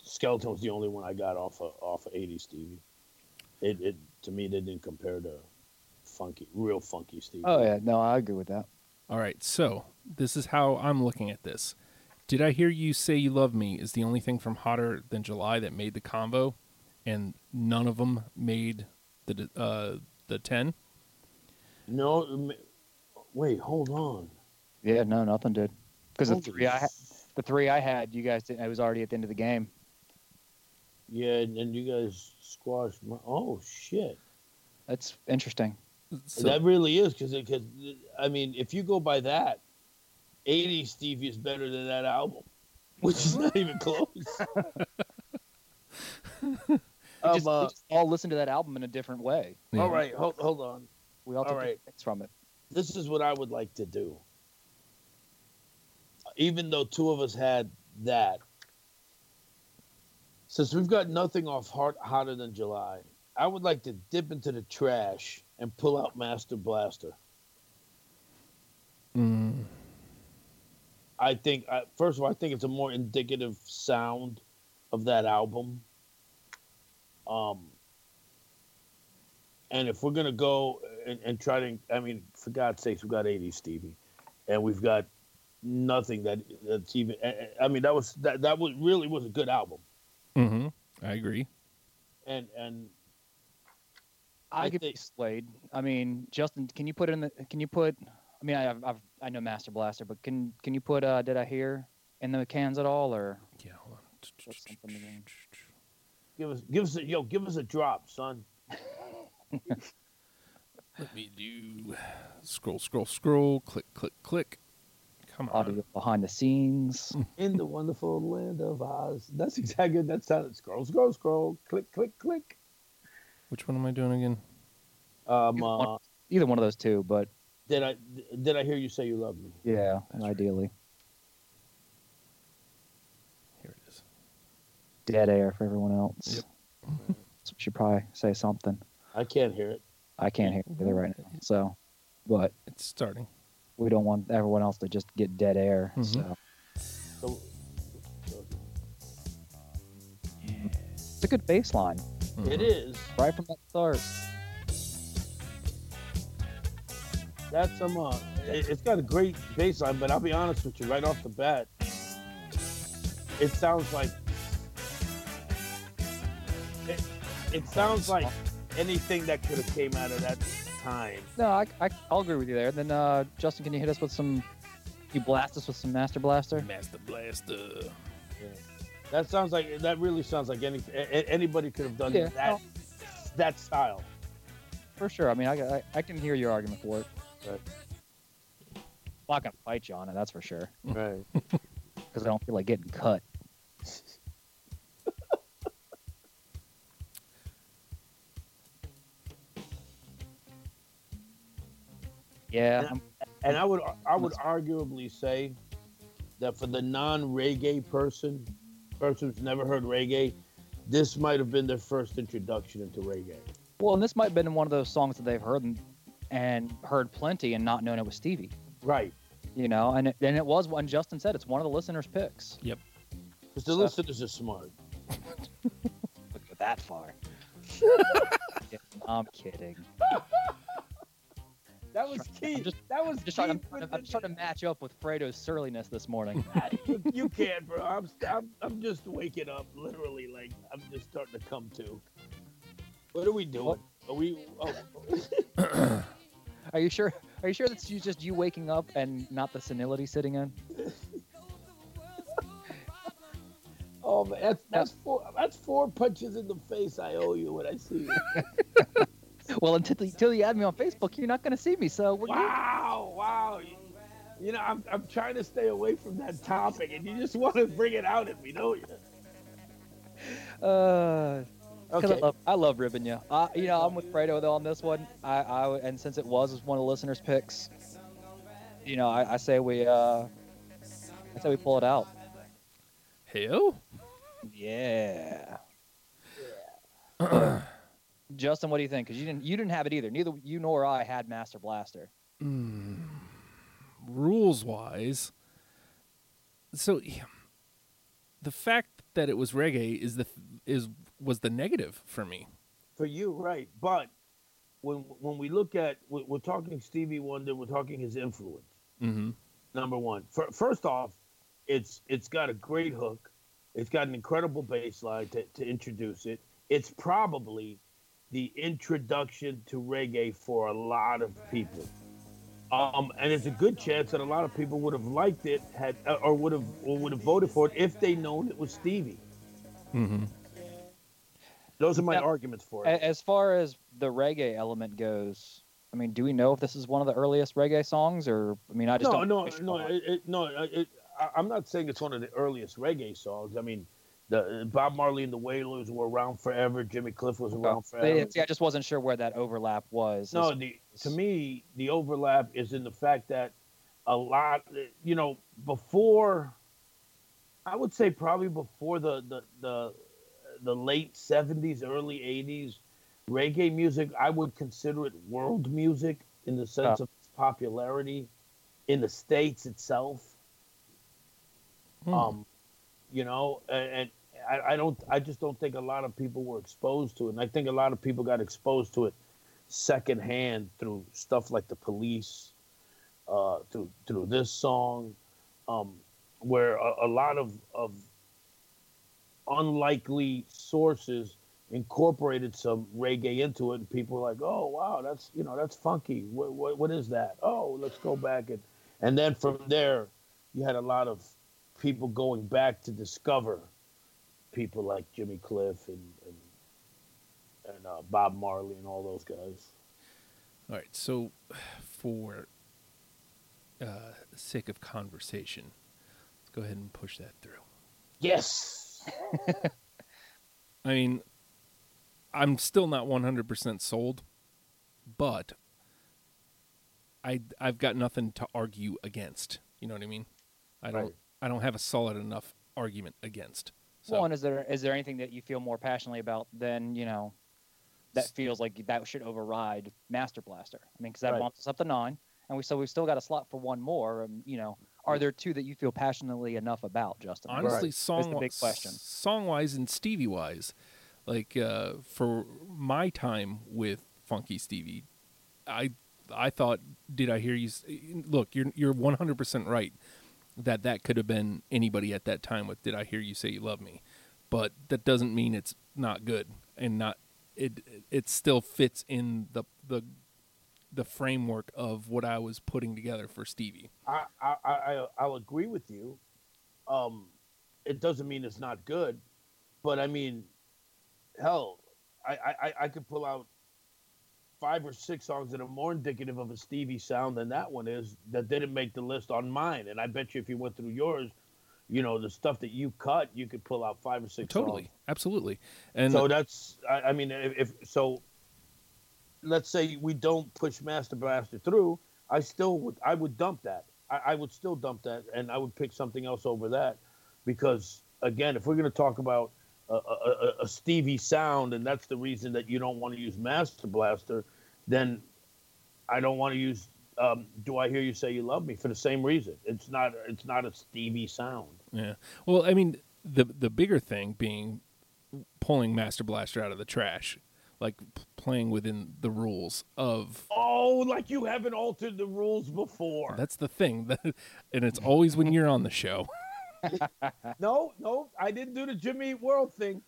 Skeleton was the only one I got off of, off of 80 Stevie. It, it to me they didn't compare to funky, real funky Stevie.
Oh yeah, no, I agree with that.
All right, so this is how I'm looking at this. Did I hear you say you love me is the only thing from Hotter Than July that made the combo, and none of them made the uh, the ten.
No, m- wait, hold on.
Yeah, no, nothing did. Because the
Holy
three I ha-
s-
the three I had, you guys didn't. It was already at the end of the game.
Yeah, and, and you guys squashed my. Oh shit,
That's interesting.
So
that really is because because I mean, if you go by that, '80s Stevie is better than that album, which is not even close.
We
Um,
just, we
uh,
just all listened to that album in a different way.
yeah.
All right, hold hold on.
We all
All
took
right.
things from it.
This is what I would like to do. Even though two of us had that, since we've got nothing off heart hotter than July, I would like to dip into the trash and pull out Master Blaster.
Mm,
I think I, first of all, I think it's a more indicative sound of that album. Um, and if we're gonna go and, and try to, I mean, for God's sakes, we've got '80s Stevie, and we've got nothing that that's even. I- I I mean, that was that that was really was a good album,
hmm I agree.
and and
I,
I
could
think-
be Slade. I mean, Justin, can you put in the? Can you put? I mean, I, I've, I've I know Master Blaster, but can can you put? uh Did I hear in the cans at all? Or
Yeah, hold
What's something again?
on.
give us give us a, yo give us a drop, son.
Let me do scroll, scroll, scroll, click, click, click. Come on.
audio behind the scenes?
In the wonderful land of Oz. That's exactly that sounded. Scroll, scroll, scroll. Click, click, click.
Which one am I doing again?
Um,
Either
uh,
one- Either one of those two, but
Did I did I hear you say you love me?
yeah,
That's right.
ideally
Here it is.
dead air for everyone else.
Yep.
So we should probably say something.
I can't hear it.
I can't hear it either right now. So, but
It's starting.
we don't want everyone else to just get dead air.
Mhm.
So
So,
it's a good bass line
Mhm.
It is.
right from the start.
That's some. Uh, it, it's got a great bass line, but I'll be honest with you, right off the bat, it sounds like it, it sounds like anything that could have came out of that time.
No, I, I, I'll agree with you there. Then, uh, Justin, can you hit us with some? You blast us with some Master Blaster.
Master Blaster.
That sounds like that really sounds like any a- a- anybody could have done
Yeah,
that that style.
For sure. I mean, I, I, I can hear your argument for it.
Right.
I'm not gonna fight you on it. That's for sure.
Right.
Because I don't feel like getting cut. yeah. um, I'm-
And I would I would arguably say that for the non-reggae person, person who's never heard reggae, this might have been their first introduction into reggae.
Well, and this might have been one of those songs that they've heard and and heard plenty and not known it was Stevie.
Right.
You know, and it, and it was one Justin said it's one of the listeners' picks.
Because the
So-
listeners are smart.
Look at that far. I'm kidding.
That was
I'm
key.
just-
That was
I'm just, trying
key
to,
for the-
I'm just trying to match up with Fredo's surliness this morning.
you, you can't, bro. I'm, I'm, I'm just waking up, literally. Like I'm just starting to come to. What are we doing?
What?
Are we? Oh,
Are you sure? Are you sure that's you just you waking up and not the senility sitting in?
oh man, that's that's four. That's four punches in the face I owe you when I see you.
Well, until, the, until you add me on Facebook, you're not going to see me. So we're good.
Wow, wow. You know, I'm, I'm trying to stay away from that topic, and you just want to bring it out at me, don't you?
Uh, 'cause I
Okay.
love, I love ribbing you. I, you know, I'm with Fredo though on this one. I, I and since it was one of the listeners' picks, you know, I, I say we, uh, I say we pull it out.
Heyo.
Yeah. Justin, what do you think? Because you didn't, you didn't have it either. Neither you nor I had Master Blaster.
rules wise, so yeah, the fact that it was reggae is the is was the negative for me.
For you, right. But when, when we look at, we're, we're talking Stevie Wonder, we're talking his influence,
Mm-hmm.
number one. Fir first off, it's it's got a great hook. It's got an incredible bass line to, to introduce it. It's probably the introduction to reggae for a lot of people. Um, and it's a good chance that a lot of people would have liked it had uh, or would have or would have voted for it if they known it was Stevie.
Mm-hmm.
Those are my
Now-
arguments for it.
A- As far as the reggae element goes, I mean, do we know if this is one of the earliest reggae songs, or I mean, I just
No,
don't
no, no, it, it, no. It, I, I'm not saying it's one of the earliest reggae songs. I mean, the Bob Marley and the Wailers were around forever. Jimmy Cliff was
Okay.
around
But
forever.
yeah, see, I just wasn't sure where that overlap was.
No, the, to me, the overlap is in the fact that a lot, you know, before, I would say probably before the the the, the late '70s, early '80s, reggae music, I would consider it world music in the sense of its popularity in the states itself. Um, you know, a- and, I, I don't, I just don't think a lot of people were exposed to it, and I think a lot of people got exposed to it secondhand through stuff like the police, uh, through through this song, um, where a, a lot of of unlikely sources incorporated some reggae into it, and people were like, "Oh, wow, that's you know that's funky. What what, what is that? Oh, let's go back and and then from there, you had a lot of people going back to discover people like Jimmy Cliff and and, and uh, Bob Marley and all those guys.
All right, so for uh, sake of conversation, let's go ahead and push that through.
Yes.
I mean, I'm still not 100% sold, but I I've got nothing to argue against. You know what I mean? I don't
Right.
I don't have a solid enough argument against. So
Well, and is there is there anything that you feel more passionately about than you know that feels like that should override Master Blaster? I mean, because that
Right.
bumps us up to nine, and we so we've still got a slot for one more. And you know, are there two that you feel passionately enough about, Justin?
honestly,
Right.
the
song
big question.
song wise and Stevie wise, like uh, for my time with Funky Stevie, I I thought, did I hear you? s- Look, you're you're 100 percent right that that could have been anybody at that time with "Did I hear you say you love me," but that doesn't mean it's not good and not it. It still fits in the the the framework of what I was putting together for Stevie.
I, I, I, I'll agree with you. Um, it doesn't mean it's not good, but I mean, hell, I, I, I- I could pull out five or six songs that are more indicative of a Stevie sound than that one is that didn't make the list on mine. And I bet you if you went through yours, you know, the stuff that you cut, you could pull out five or six
Totally,
songs.
absolutely, and
so that's I, I mean if, if so let's say we don't push master blaster through i still would i would dump that I, I would still dump that and i would pick something else over that because again if we're going to talk about a, a, a- a stevie sound and that's the reason that you don't want to use master blaster then I don't want to use. Um, Do I hear you say you love me for the same reason? It's not. It's not a Stevie sound.
Yeah. Well, I mean, the the bigger thing being pulling Master Blaster out of the trash, like p- playing within the rules of.
Oh, like you haven't altered the rules before.
That's the thing, that, and it's always when you're on the show.
No, no, I didn't do the Jimmy Eat World thing.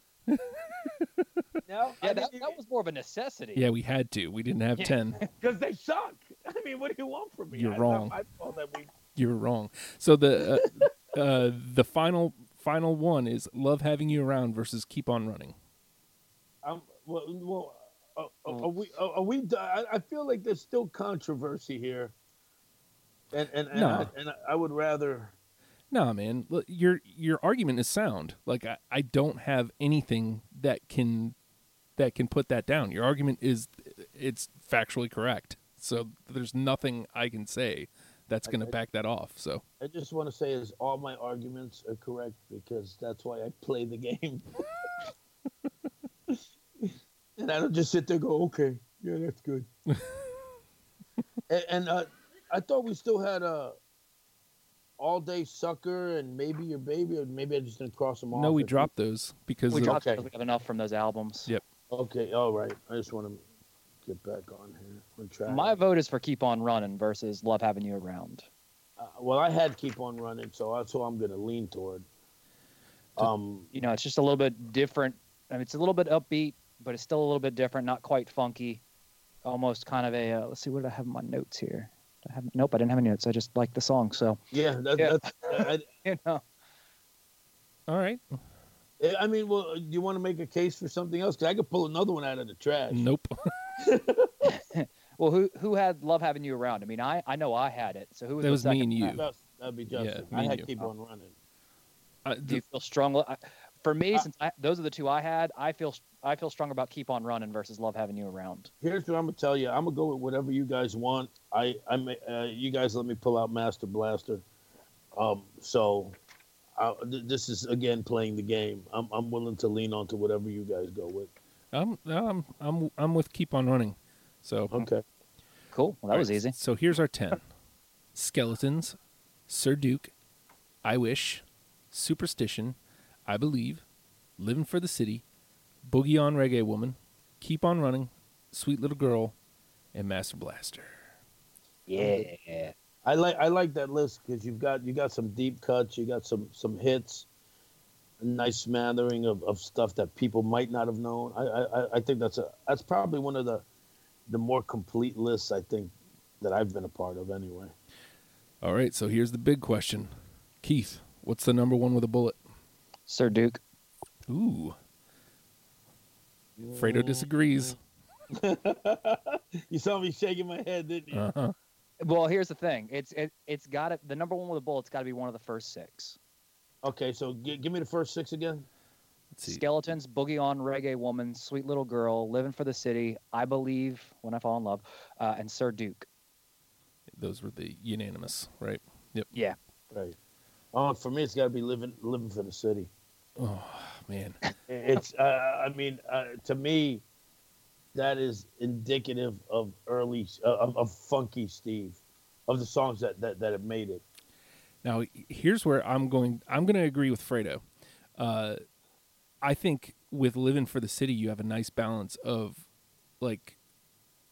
no,
Yeah, that, that was more of a necessity.
Yeah, we had to. We didn't have
Yeah.
ten.
because they suck. I mean, what do you want from me?
You're
I- I-
wrong.
I, thought that we.
You were wrong. So the uh, uh, the final final one is love having you around versus keep on running.
Um, well, well uh,
Oh.
are, are we? Are, are we? do- I, I feel like there's still controversy here. And and and,
No.
I, and I would rather.
No, man, look, your your argument is sound. Like I, I don't have anything that can that can put that down. Your argument is it's factually correct. So there's nothing I can say that's going to
I-
back that off. So
I just want to say is all my arguments are correct because that's why I play the game. and I don't just sit there and go, okay, yeah, that's good. and and uh, I thought we still had a all day sucker and maybe your baby, or maybe I just didn't cross them off.
no, we
If
dropped those because
We
of-
dropped
okay.
because we have enough from those albums.
Yeah.
Okay, all right. I just want to get back on here. We're trying.
My vote is for Keep On Running versus Love Having You Around.
uh, well, I had keep on running, so that's what I'm going to lean toward. Um,
You know, it's just a little bit different. I mean, it's a little bit upbeat, but it's still a little bit different. Not quite funky. Almost kind of a. Uh, let's see, what did I have in my notes here? Did I have, nope, I didn't have any notes. I just liked the song. So
yeah, that,
Yeah.
that's. I,
you know,
all right.
Yeah, Eh, I mean, well, do you want to make a case for something else? 'Cause I could pull another one out of the trash.
Nope.
well, who who had Love Having You Around? I mean, I I know I had it. So who was
That
the
was me
second
and you.
one?
That's, that'd be
Yeah,
Justin.
me
I
and
had
you.
keep on running.
I,
Do you
the,
feel strong? I- For me,
I-
since I, those are the two I had, I feel I feel strong about Keep On Running versus Love Having You Around.
Here's what I'm gonna tell you. I'm gonna go with whatever you guys want. I, I, may- uh, you guys let me pull out Master Blaster. Um, so, I, th- this is again playing the game. I'm, I'm willing to lean onto whatever you guys go with.
I'm I'm I'm I'm with keep on running. So
Okay.
Cool. Well, that
All
was
right,
easy.
So here's our 10 Skeletons, Sir Duke, I Wish, Superstition, I Believe, Living for the City, Boogie on Reggae Woman, Keep on Running, Sweet Little Girl, and Master Blaster.
Yeah.
I like I like that list because you've got you got some deep cuts, you got some some hits, a nice smattering of, of stuff that people might not have known. I, I I- I think that's a that's probably one of the the more complete lists I think that I've been a part of anyway.
All right, so here's the big question Keith, what's the number one with a bullet?
Sir Duke.
Ooh, Fredo disagrees.
You saw me shaking my head, didn't you?
Uh huh.
Well, here's the thing. It's it it's got to the number one with a bullet's got to be one of the first six.
Okay, so g- give me the first six again.
Let's see.
Skeletons, Boogie on, Reggae Woman, Sweet Little Girl, Living for the City, I Believe When I Fall in Love, uh, and Sir Duke.
Those were the unanimous, right?
Yeah.
Right. Oh, for me, it's got to be living living for the city.
Oh, man.
it's uh, i mean uh, to me that is indicative of early uh, of, of funky steve of the songs that, that that have made it
Now, here's where I'm going. I'm going to agree with Fredo. Uh, I think with "Living for the City," you have a nice balance of like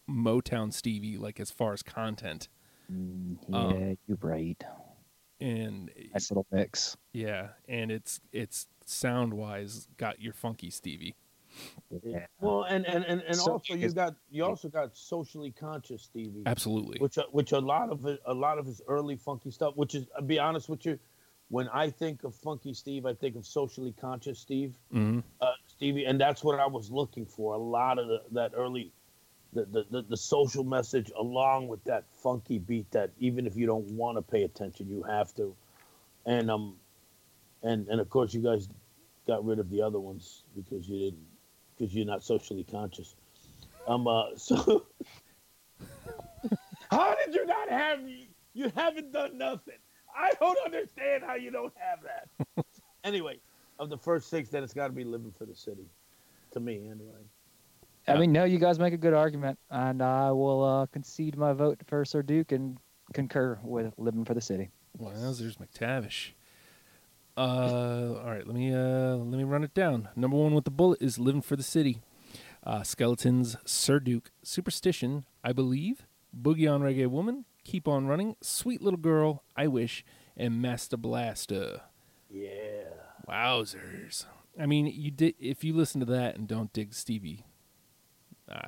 Motown Stevie, like as far as content,
Mm-hmm. yeah,
Oh.
Um,
you're right.
and
Nice little mix.
yeah, and it's it's sound wise got your funky Stevie.
Yeah.
well and and and, and
So-
also you got you also got socially conscious stevie
Absolutely.
which are- which a lot of it- a lot of his early funky stuff which is i'll be honest with you when i think of funky steve i think of socially conscious steve
hmm
uh, Stevie, and that's what I was looking for. A lot of the, that early, the, the, the, the social message, along with that funky beat that even if you don't want to pay attention, you have to. And um, and and of course you guys got rid of the other ones because you didn't, because you're not socially conscious. Um, uh, so how did you not have? You haven't done nothing. I don't understand how you don't have that. anyway, of the first six, then it's got to be living for the city, to me anyway.
I mean, no, you guys make a good argument, and I will uh, concede my vote for Sir Duke and concur with Living for the City.
Wow, there's McTavish. Uh, all right, let me uh, let me run it down. Number one with the bullet is "Living for the City," uh, Skeletons, Sir Duke, Superstition, I Believe, Boogie on Reggae Woman, Keep on Running, Sweet Little Girl, I Wish, and Master Blaster.
Yeah.
Wowzers! I mean, you did if you listen to that and don't dig Stevie,
Th-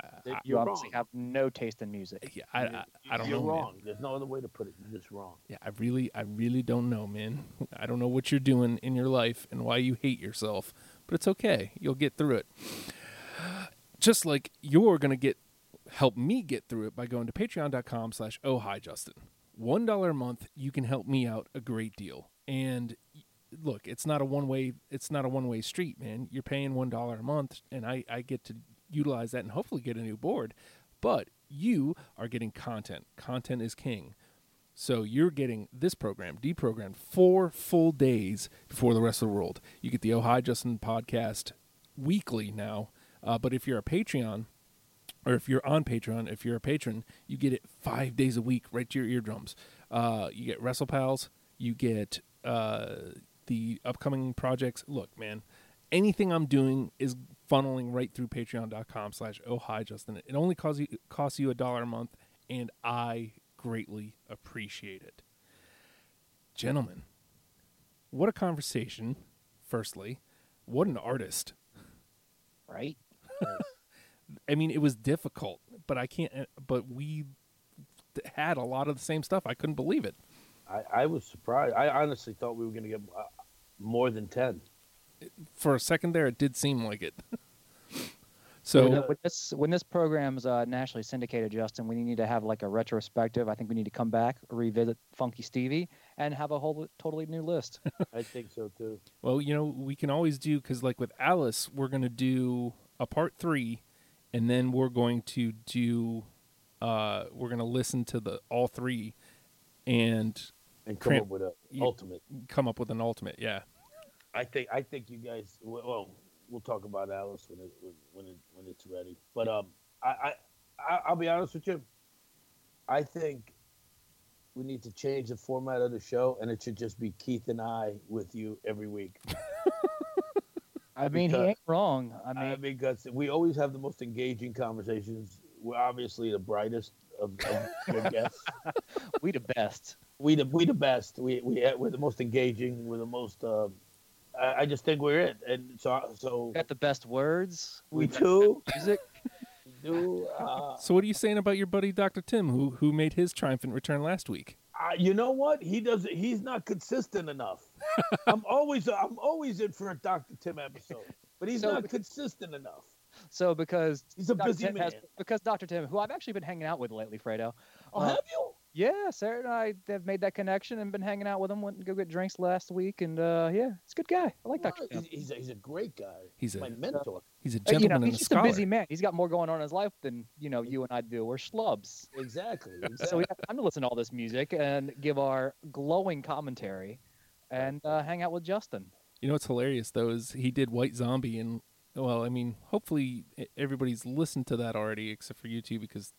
You
You're
obviously
wrong.
have no taste in music.
yeah, I, I, I don't
You're
know. man.
wrong. There's no other way to put it. You're just wrong.
Yeah, I really, I really don't know, man. I don't know what you're doing in your life and why you hate yourself, but it's okay. You'll get through it. Just like you're gonna get help me get through it by going to patreon.com slash oh hi Justin. One dollar a month, you can help me out a great deal. And look, it's not a one way it's not a one way street, man. You're paying one dollar a month and I, I get to utilize that and hopefully get a new board. But you are getting content. Content is king. So you're getting this program deprogrammed four full days before the rest of the world. You get the Oh Hi Justin podcast weekly now. Uh, but if you're a Patreon, or if you're on Patreon, if you're a patron, you get it five days a week right to your eardrums. Uh, you get Wrestle Pals, you get uh, the upcoming projects. Look, man, anything I'm doing is funneling right through patreon.com slash oh hi Justin. It only costs you, costs you a dollar a month, and I greatly appreciate it. Gentlemen, what a conversation, firstly. What an artist.
Right?
I mean, it was difficult, but I can't. uh, But we had a lot of the same stuff. I couldn't believe it.
I, I was surprised. I honestly thought we were going to get uh, more than 10.
For a second there, it did seem like it. so
when, when this when this program's uh, nationally syndicated, Justin, we need to have like a retrospective. I think we need to come back, revisit Funky Stevie, and have a whole totally new list.
I think so too.
Well, you know, we can always do because, like with Alice, we're going to do a part three, and then we're going to do, uh, we're going to listen to the all three, and
And come
Cramp-
up with a
you-
ultimate.
come up with an ultimate. Yeah,
I think I think you guys. Well, well, we'll talk about Alice when it when it when it's ready. But um, I I I- I'll be honest with you. I think we need to change the format of the show, and it should just be Keith and I with you every week.
I mean, he
Because-
ain't wrong. I mean,
I mean, because we always have the most engaging conversations. We're obviously the brightest of, of your guests.
we the best.
We the we the best. We we uh, we're the most engaging. We're the most. Uh, I, I just think we're it, and so so
We got the best words.
we
We
do
music.
do. Uh,
So what are you saying about your buddy Dr. Tim, who who made his triumphant return last week?
I, you know what? He doesn't. He's not consistent enough. I'm always I'm always in for a Dr. Tim episode, but he's
So-
not consistent enough.
So because
He's a
Dr.
busy
Tim
man.
has- because Dr. Tim, who I've actually been hanging out with lately, Fredo.
oh,
uh,
have you?
Yeah, Sarah and I have made that connection and been hanging out with him. Went and go get drinks last week, and uh, yeah, he's a good guy. I like Dr.
What?
Tim.
He's, he's a, he's a great guy.
He's a-
my mentor.
He's a
Uh,
gentleman
you know,
and
he's
a
just
scholar.
a busy man. He's got more going on in his life than you know you and I do. We're schlubs,
Exactly.
so
exactly.
we have time to listen to all this music and give our glowing commentary, and uh, hang out with Justin.
You know what's hilarious though is he did White Zombie and well, I mean, hopefully e- everybody's listened to that already except for you two because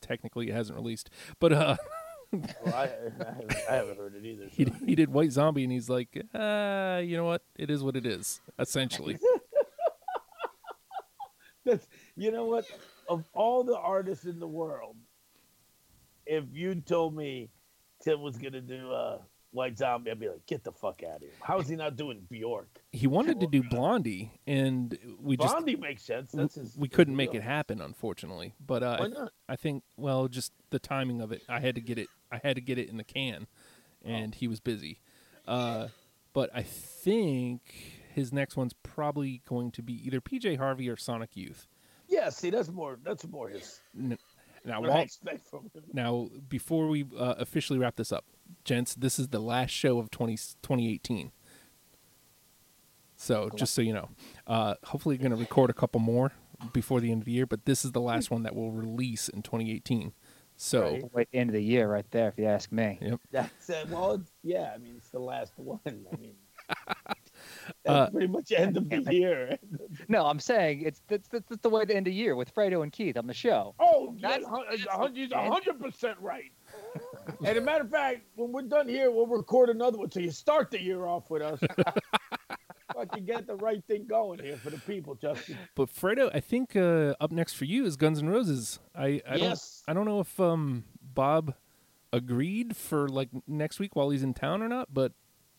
technically it hasn't released. But uh
Well, I, I, haven't, I haven't heard it either.
he
so.
he did White Zombie and he's like, "Uh, you know what? It is what it is." Essentially.
That's, you know what? Of all the artists in the world, if you told me Tim was gonna do uh, White Zombie, I'd be like, get the fuck out of here. How is he not doing Bjork?
he wanted to do Blondie and we just
Blondie makes sense. That's his,
we
his
couldn't make
deal.
it happen unfortunately. But uh
Why not?
I think well, just the timing of it. I had to get it. I had to get it in the can, and he was busy. Uh, but I think his next one's probably going to be either PJ Harvey or Sonic Youth.
Yeah, see, that's more. That's more his.
N- Now,
What I
while,
expect from him.
now before we uh, officially wrap this up, gents, this is the last show of 20, 2018. So just so you know, uh, hopefully going to record a couple more before the end of the year, but this is the last one that will release in 2018. So.
Right.
Wait, end of the year, right there, if you ask me.
Yeah.
That's it. Well, it's, yeah. I mean, it's the last one. I mean, That's
Uh,
pretty much end of the
damn it.
year.
No, I'm saying it's that's, that's, that's the way to end a year with Fredo and Keith on the show.
Oh,
That's-
that's hundred
that's
he's
legit.
hundred percent right. and a matter of fact, when we're done here, we'll record another one. So you start the year off with us. Fucking get the right thing going here for the people, Justin.
But Fredo, I think uh, up next for you is Guns N' Roses. I, I don't
yes.
I don't know if um Bob agreed for like next week while he's in town or not, but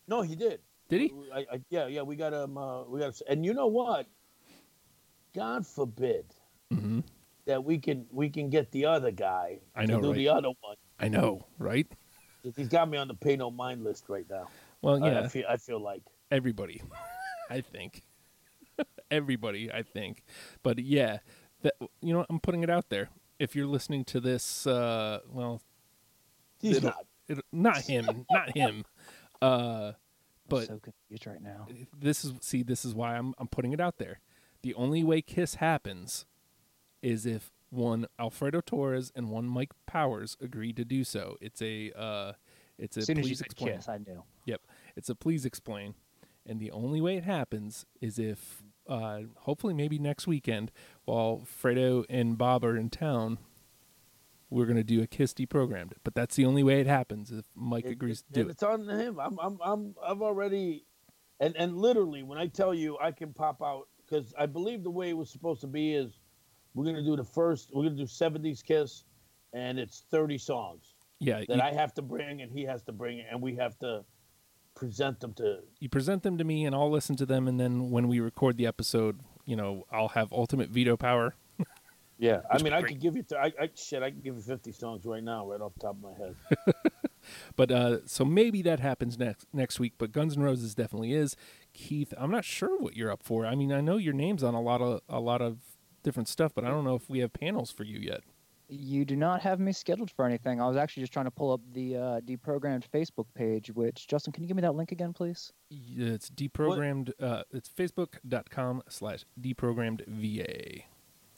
No, he did.
did he?
I, I, yeah, yeah. We got him. Uh, we got. And you know what? God forbid
Mm-hmm.
that we can we can get the other guy
I know,
to do
right?
the other one.
I know, right?
He's got me on the pay no mind list right now.
Well,
I-
yeah,
I, feel I feel like
everybody, I think. everybody, I think. But yeah, that you know, what? I'm putting it out there. If you're listening to this, uh, well,
he's
Little-
not.
it, not him, not him. Uh,
I'm
but
so confused right now.
this is see this is why I'm I'm putting it out there. The only way Kiss happens is if one Alfredo Torres and one Mike Powers agree to do so. It's a uh, it's a
As soon as
please
you said
explain.
kiss, I knew.
Yep, it's a please explain. And the only way it happens is if uh, hopefully maybe next weekend while Fredo and Bob are in town. We're gonna do a kiss deprogrammed, but that's the only way it happens if Mike
It-
agrees to
it-
do
and
it.
It's on him. I'm, I'm, I'm, I've already, and and literally, when I tell you I can pop out, because I believe the way it was supposed to be is, we're gonna do the first, we're gonna do '70s Kiss, and it's 30 songs
Yeah,
that
you-
I have to bring and he has to bring, and we have to present them to.
you present them to me and I'll listen to them and then when we record the episode, you know, I'll have ultimate veto power.
Yeah, I
Which
mean,
would
I
be
could give you, th- I, I shit, I could give you 50 songs right now, right off the top of my head.
But uh so maybe that happens next next week, but Guns N' Roses definitely is. Keith, I'm not sure what you're up for. I mean, I know your name's on a lot of a lot of different stuff, but I don't know if we have panels for you yet.
You do not have me scheduled for anything. I was actually just trying to pull up the uh, deprogrammed Facebook page, which, Justin, can you give me that link again, please?
It's deprogrammed uh it's facebook.com slash deprogrammed VA.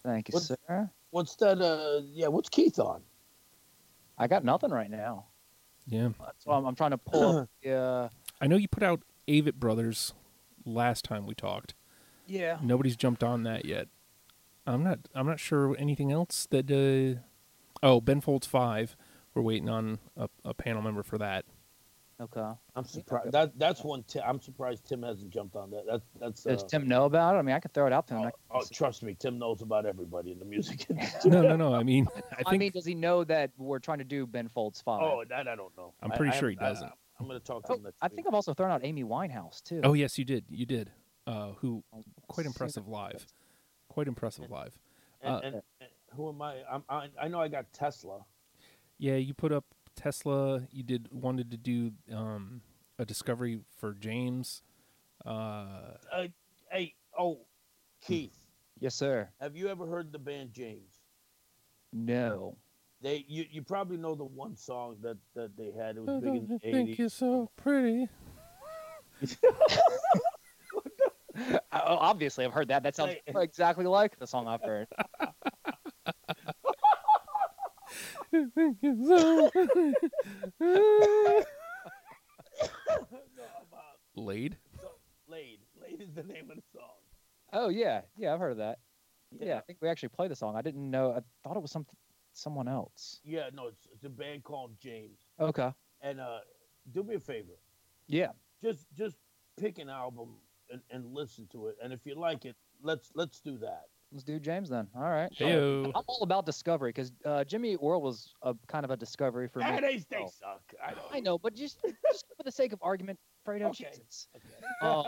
Thank you,
What-
sir.
What's that? Uh, yeah, what's Keith on?
I got nothing right now.
Yeah.
So I'm, I'm trying to pull up the. Uh,
I know you put out Avett Brothers last time we talked.
yeah.
nobody's jumped on that yet. I'm not. I'm not sure anything else that. Uh, oh, Ben Folds Five. We're waiting on a, a panel member for that.
Okay.
I'm surprised. That that's one. Ti- I'm surprised Tim hasn't jumped on that. That that's.
Does
uh,
Tim know about it? I mean, I could throw it out to him.
Oh,
I could-
oh, trust me, Tim knows about everybody in the music industry.
No, no, no. I mean, I
I,
think
mean, does he know that we're trying to do Ben Folds 5?
oh, that I don't know.
I'm
I-
pretty
I
sure he
haven't- I-
doesn't.
I, am going to talk to
Oh,
him next
I
week.
think I've also thrown out Amy Winehouse too.
Oh yes, you did. You did. Uh, who? Quite
Sing-
impressive live. Quite impressive live.
And,
uh,
and, and who am I? I'm, I? I know I got Tesla.
Yeah, you put up Tesla. You did wanted to do um, a discovery for James. Uh,
Uh, hey, oh, Keith,
Yes, sir.
have you ever heard the band James?
No.
They, you, you probably know the one song that, that they had. It was big in the
think you're
'80s.
so pretty.
Oh, obviously, I've heard that. That sounds
Hey.
exactly like the song I've heard.
You think you're so pretty.
No, I'm, uh,
Laid.
Laid, Laid is the name of the song.
Oh yeah, yeah, I've heard of that. Yeah, I think we actually played the song. I didn't know. I thought it was something, someone else.
yeah. No, it's, it's a band called James.
Okay.
And uh, do me a favor.
Yeah.
just just pick an album and, and listen to it and if you like it let's let's do that
Let's do James then. All right.
Heyo.
I'm all about discovery because uh, Jimmy Eat World was a, kind of a discovery for
Ah,
me.
they, they
Oh.
suck i don't
I know, but just just for the sake of argument, Fredo,
Okay.
Jesus. Uh,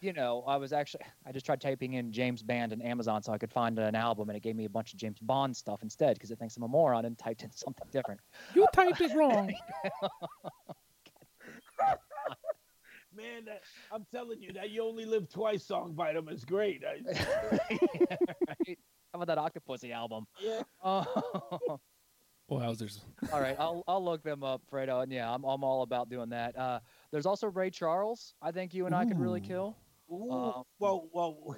you know, I was actually I just tried typing in James Band in Amazon so I could find an album, and it gave me a bunch of James Bond stuff instead because it thinks I'm a moron and typed in something different.
You typed it wrong.
man that, i'm telling you that you only live twice song by them is great I,
How about that Octopussy album?
yeah
Oh.
Wowzers.
All right, I'll I'll look them up, Fredo. And yeah, I'm I'm all about doing that. Uh, there's also Ray Charles. I think you and I could really
Ooh.
kill.
Ooh,
Um,
well well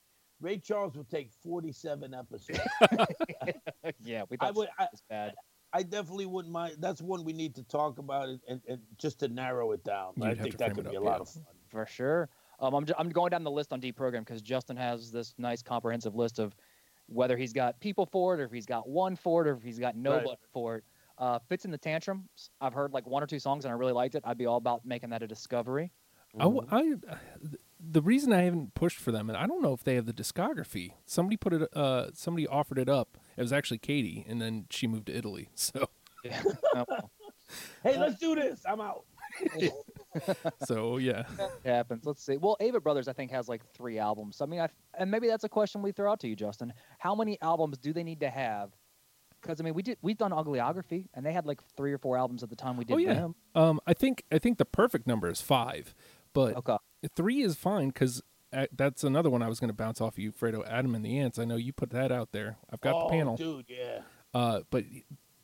ray charles would take 47 episodes
yeah, we
I
thought
would- I-
was bad.
i definitely wouldn't mind that's one we need to talk about and, and, and just to narrow it down
You'd
i
have
think
to
that
frame
could
it
be a
up,
lot
yeah.
of fun
for sure. Um, I'm, ju- I'm going down the list on deprogram because Justin has this nice comprehensive list of whether he's got people for it, or if he's got one for it, or if he's got nobody
Right.
for it. Uh, Fits in the Tantrums. I've heard like one or two songs and I really liked it. I'd be all about making that a discovery.
I w I uh, the reason I haven't pushed for them, and I don't know if they have the discography. Somebody put it. Uh, somebody offered it up. It was actually Katie, and then she moved to Italy. So,
Oh, well,
Mm-hmm. Hey, let's do this. I'm out.
so yeah.
it happens. Let's see. Well, Ava Brothers, I think, has like three albums. I mean, I and maybe that's a question we throw out to you, Justin. How many albums do they need to have? Because I mean, we did we've done Ugliography, and they had like three or four albums at the time we did
Oh yeah.
them.
Um, I think I think the perfect number is five, but
Okay.
three is fine because that's another one I was going to bounce off of you, Fredo. Adam and the Ants. I know you put that out there. I've got
oh,
the panel.
dude. Yeah.
uh, but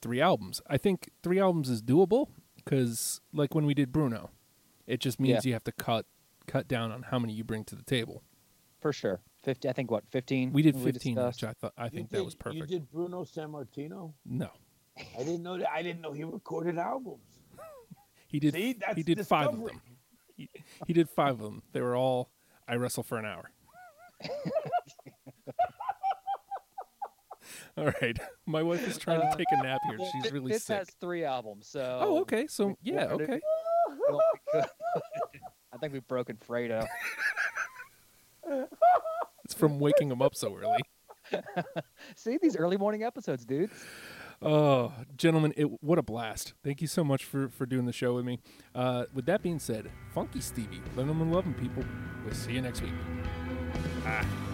three albums. I think three albums is doable because, like when we did Bruno, it just means you have to cut cut down on how many you bring to the table.
For sure. Fifty. I think what fifteen.
We did fifteen,
discussed?
which I thought I
You
think
did-
that was perfect.
You did Bruno San Martino.
No,
I didn't know that. I didn't know he recorded albums.
he did.
See, that's
he did five of
discovery.
them. He, he did five of them. They were all I wrestle for an hour. all right, my wife is trying to take a nap here.
Uh, Well,
She's
Fit-
really
Fitz
sick.
has three albums. So.
Oh, okay. So
we
yeah,
wanted-
okay.
I don't think- I think we've broken Fredo.
It's from waking him up so early.
See these early morning episodes, dude.
Oh, gentlemen, it what a blast! Thank you so much for for doing the show with me. Uh, with that being said, Funky Stevie, let them and love 'em, people. We'll see you next week. Ah.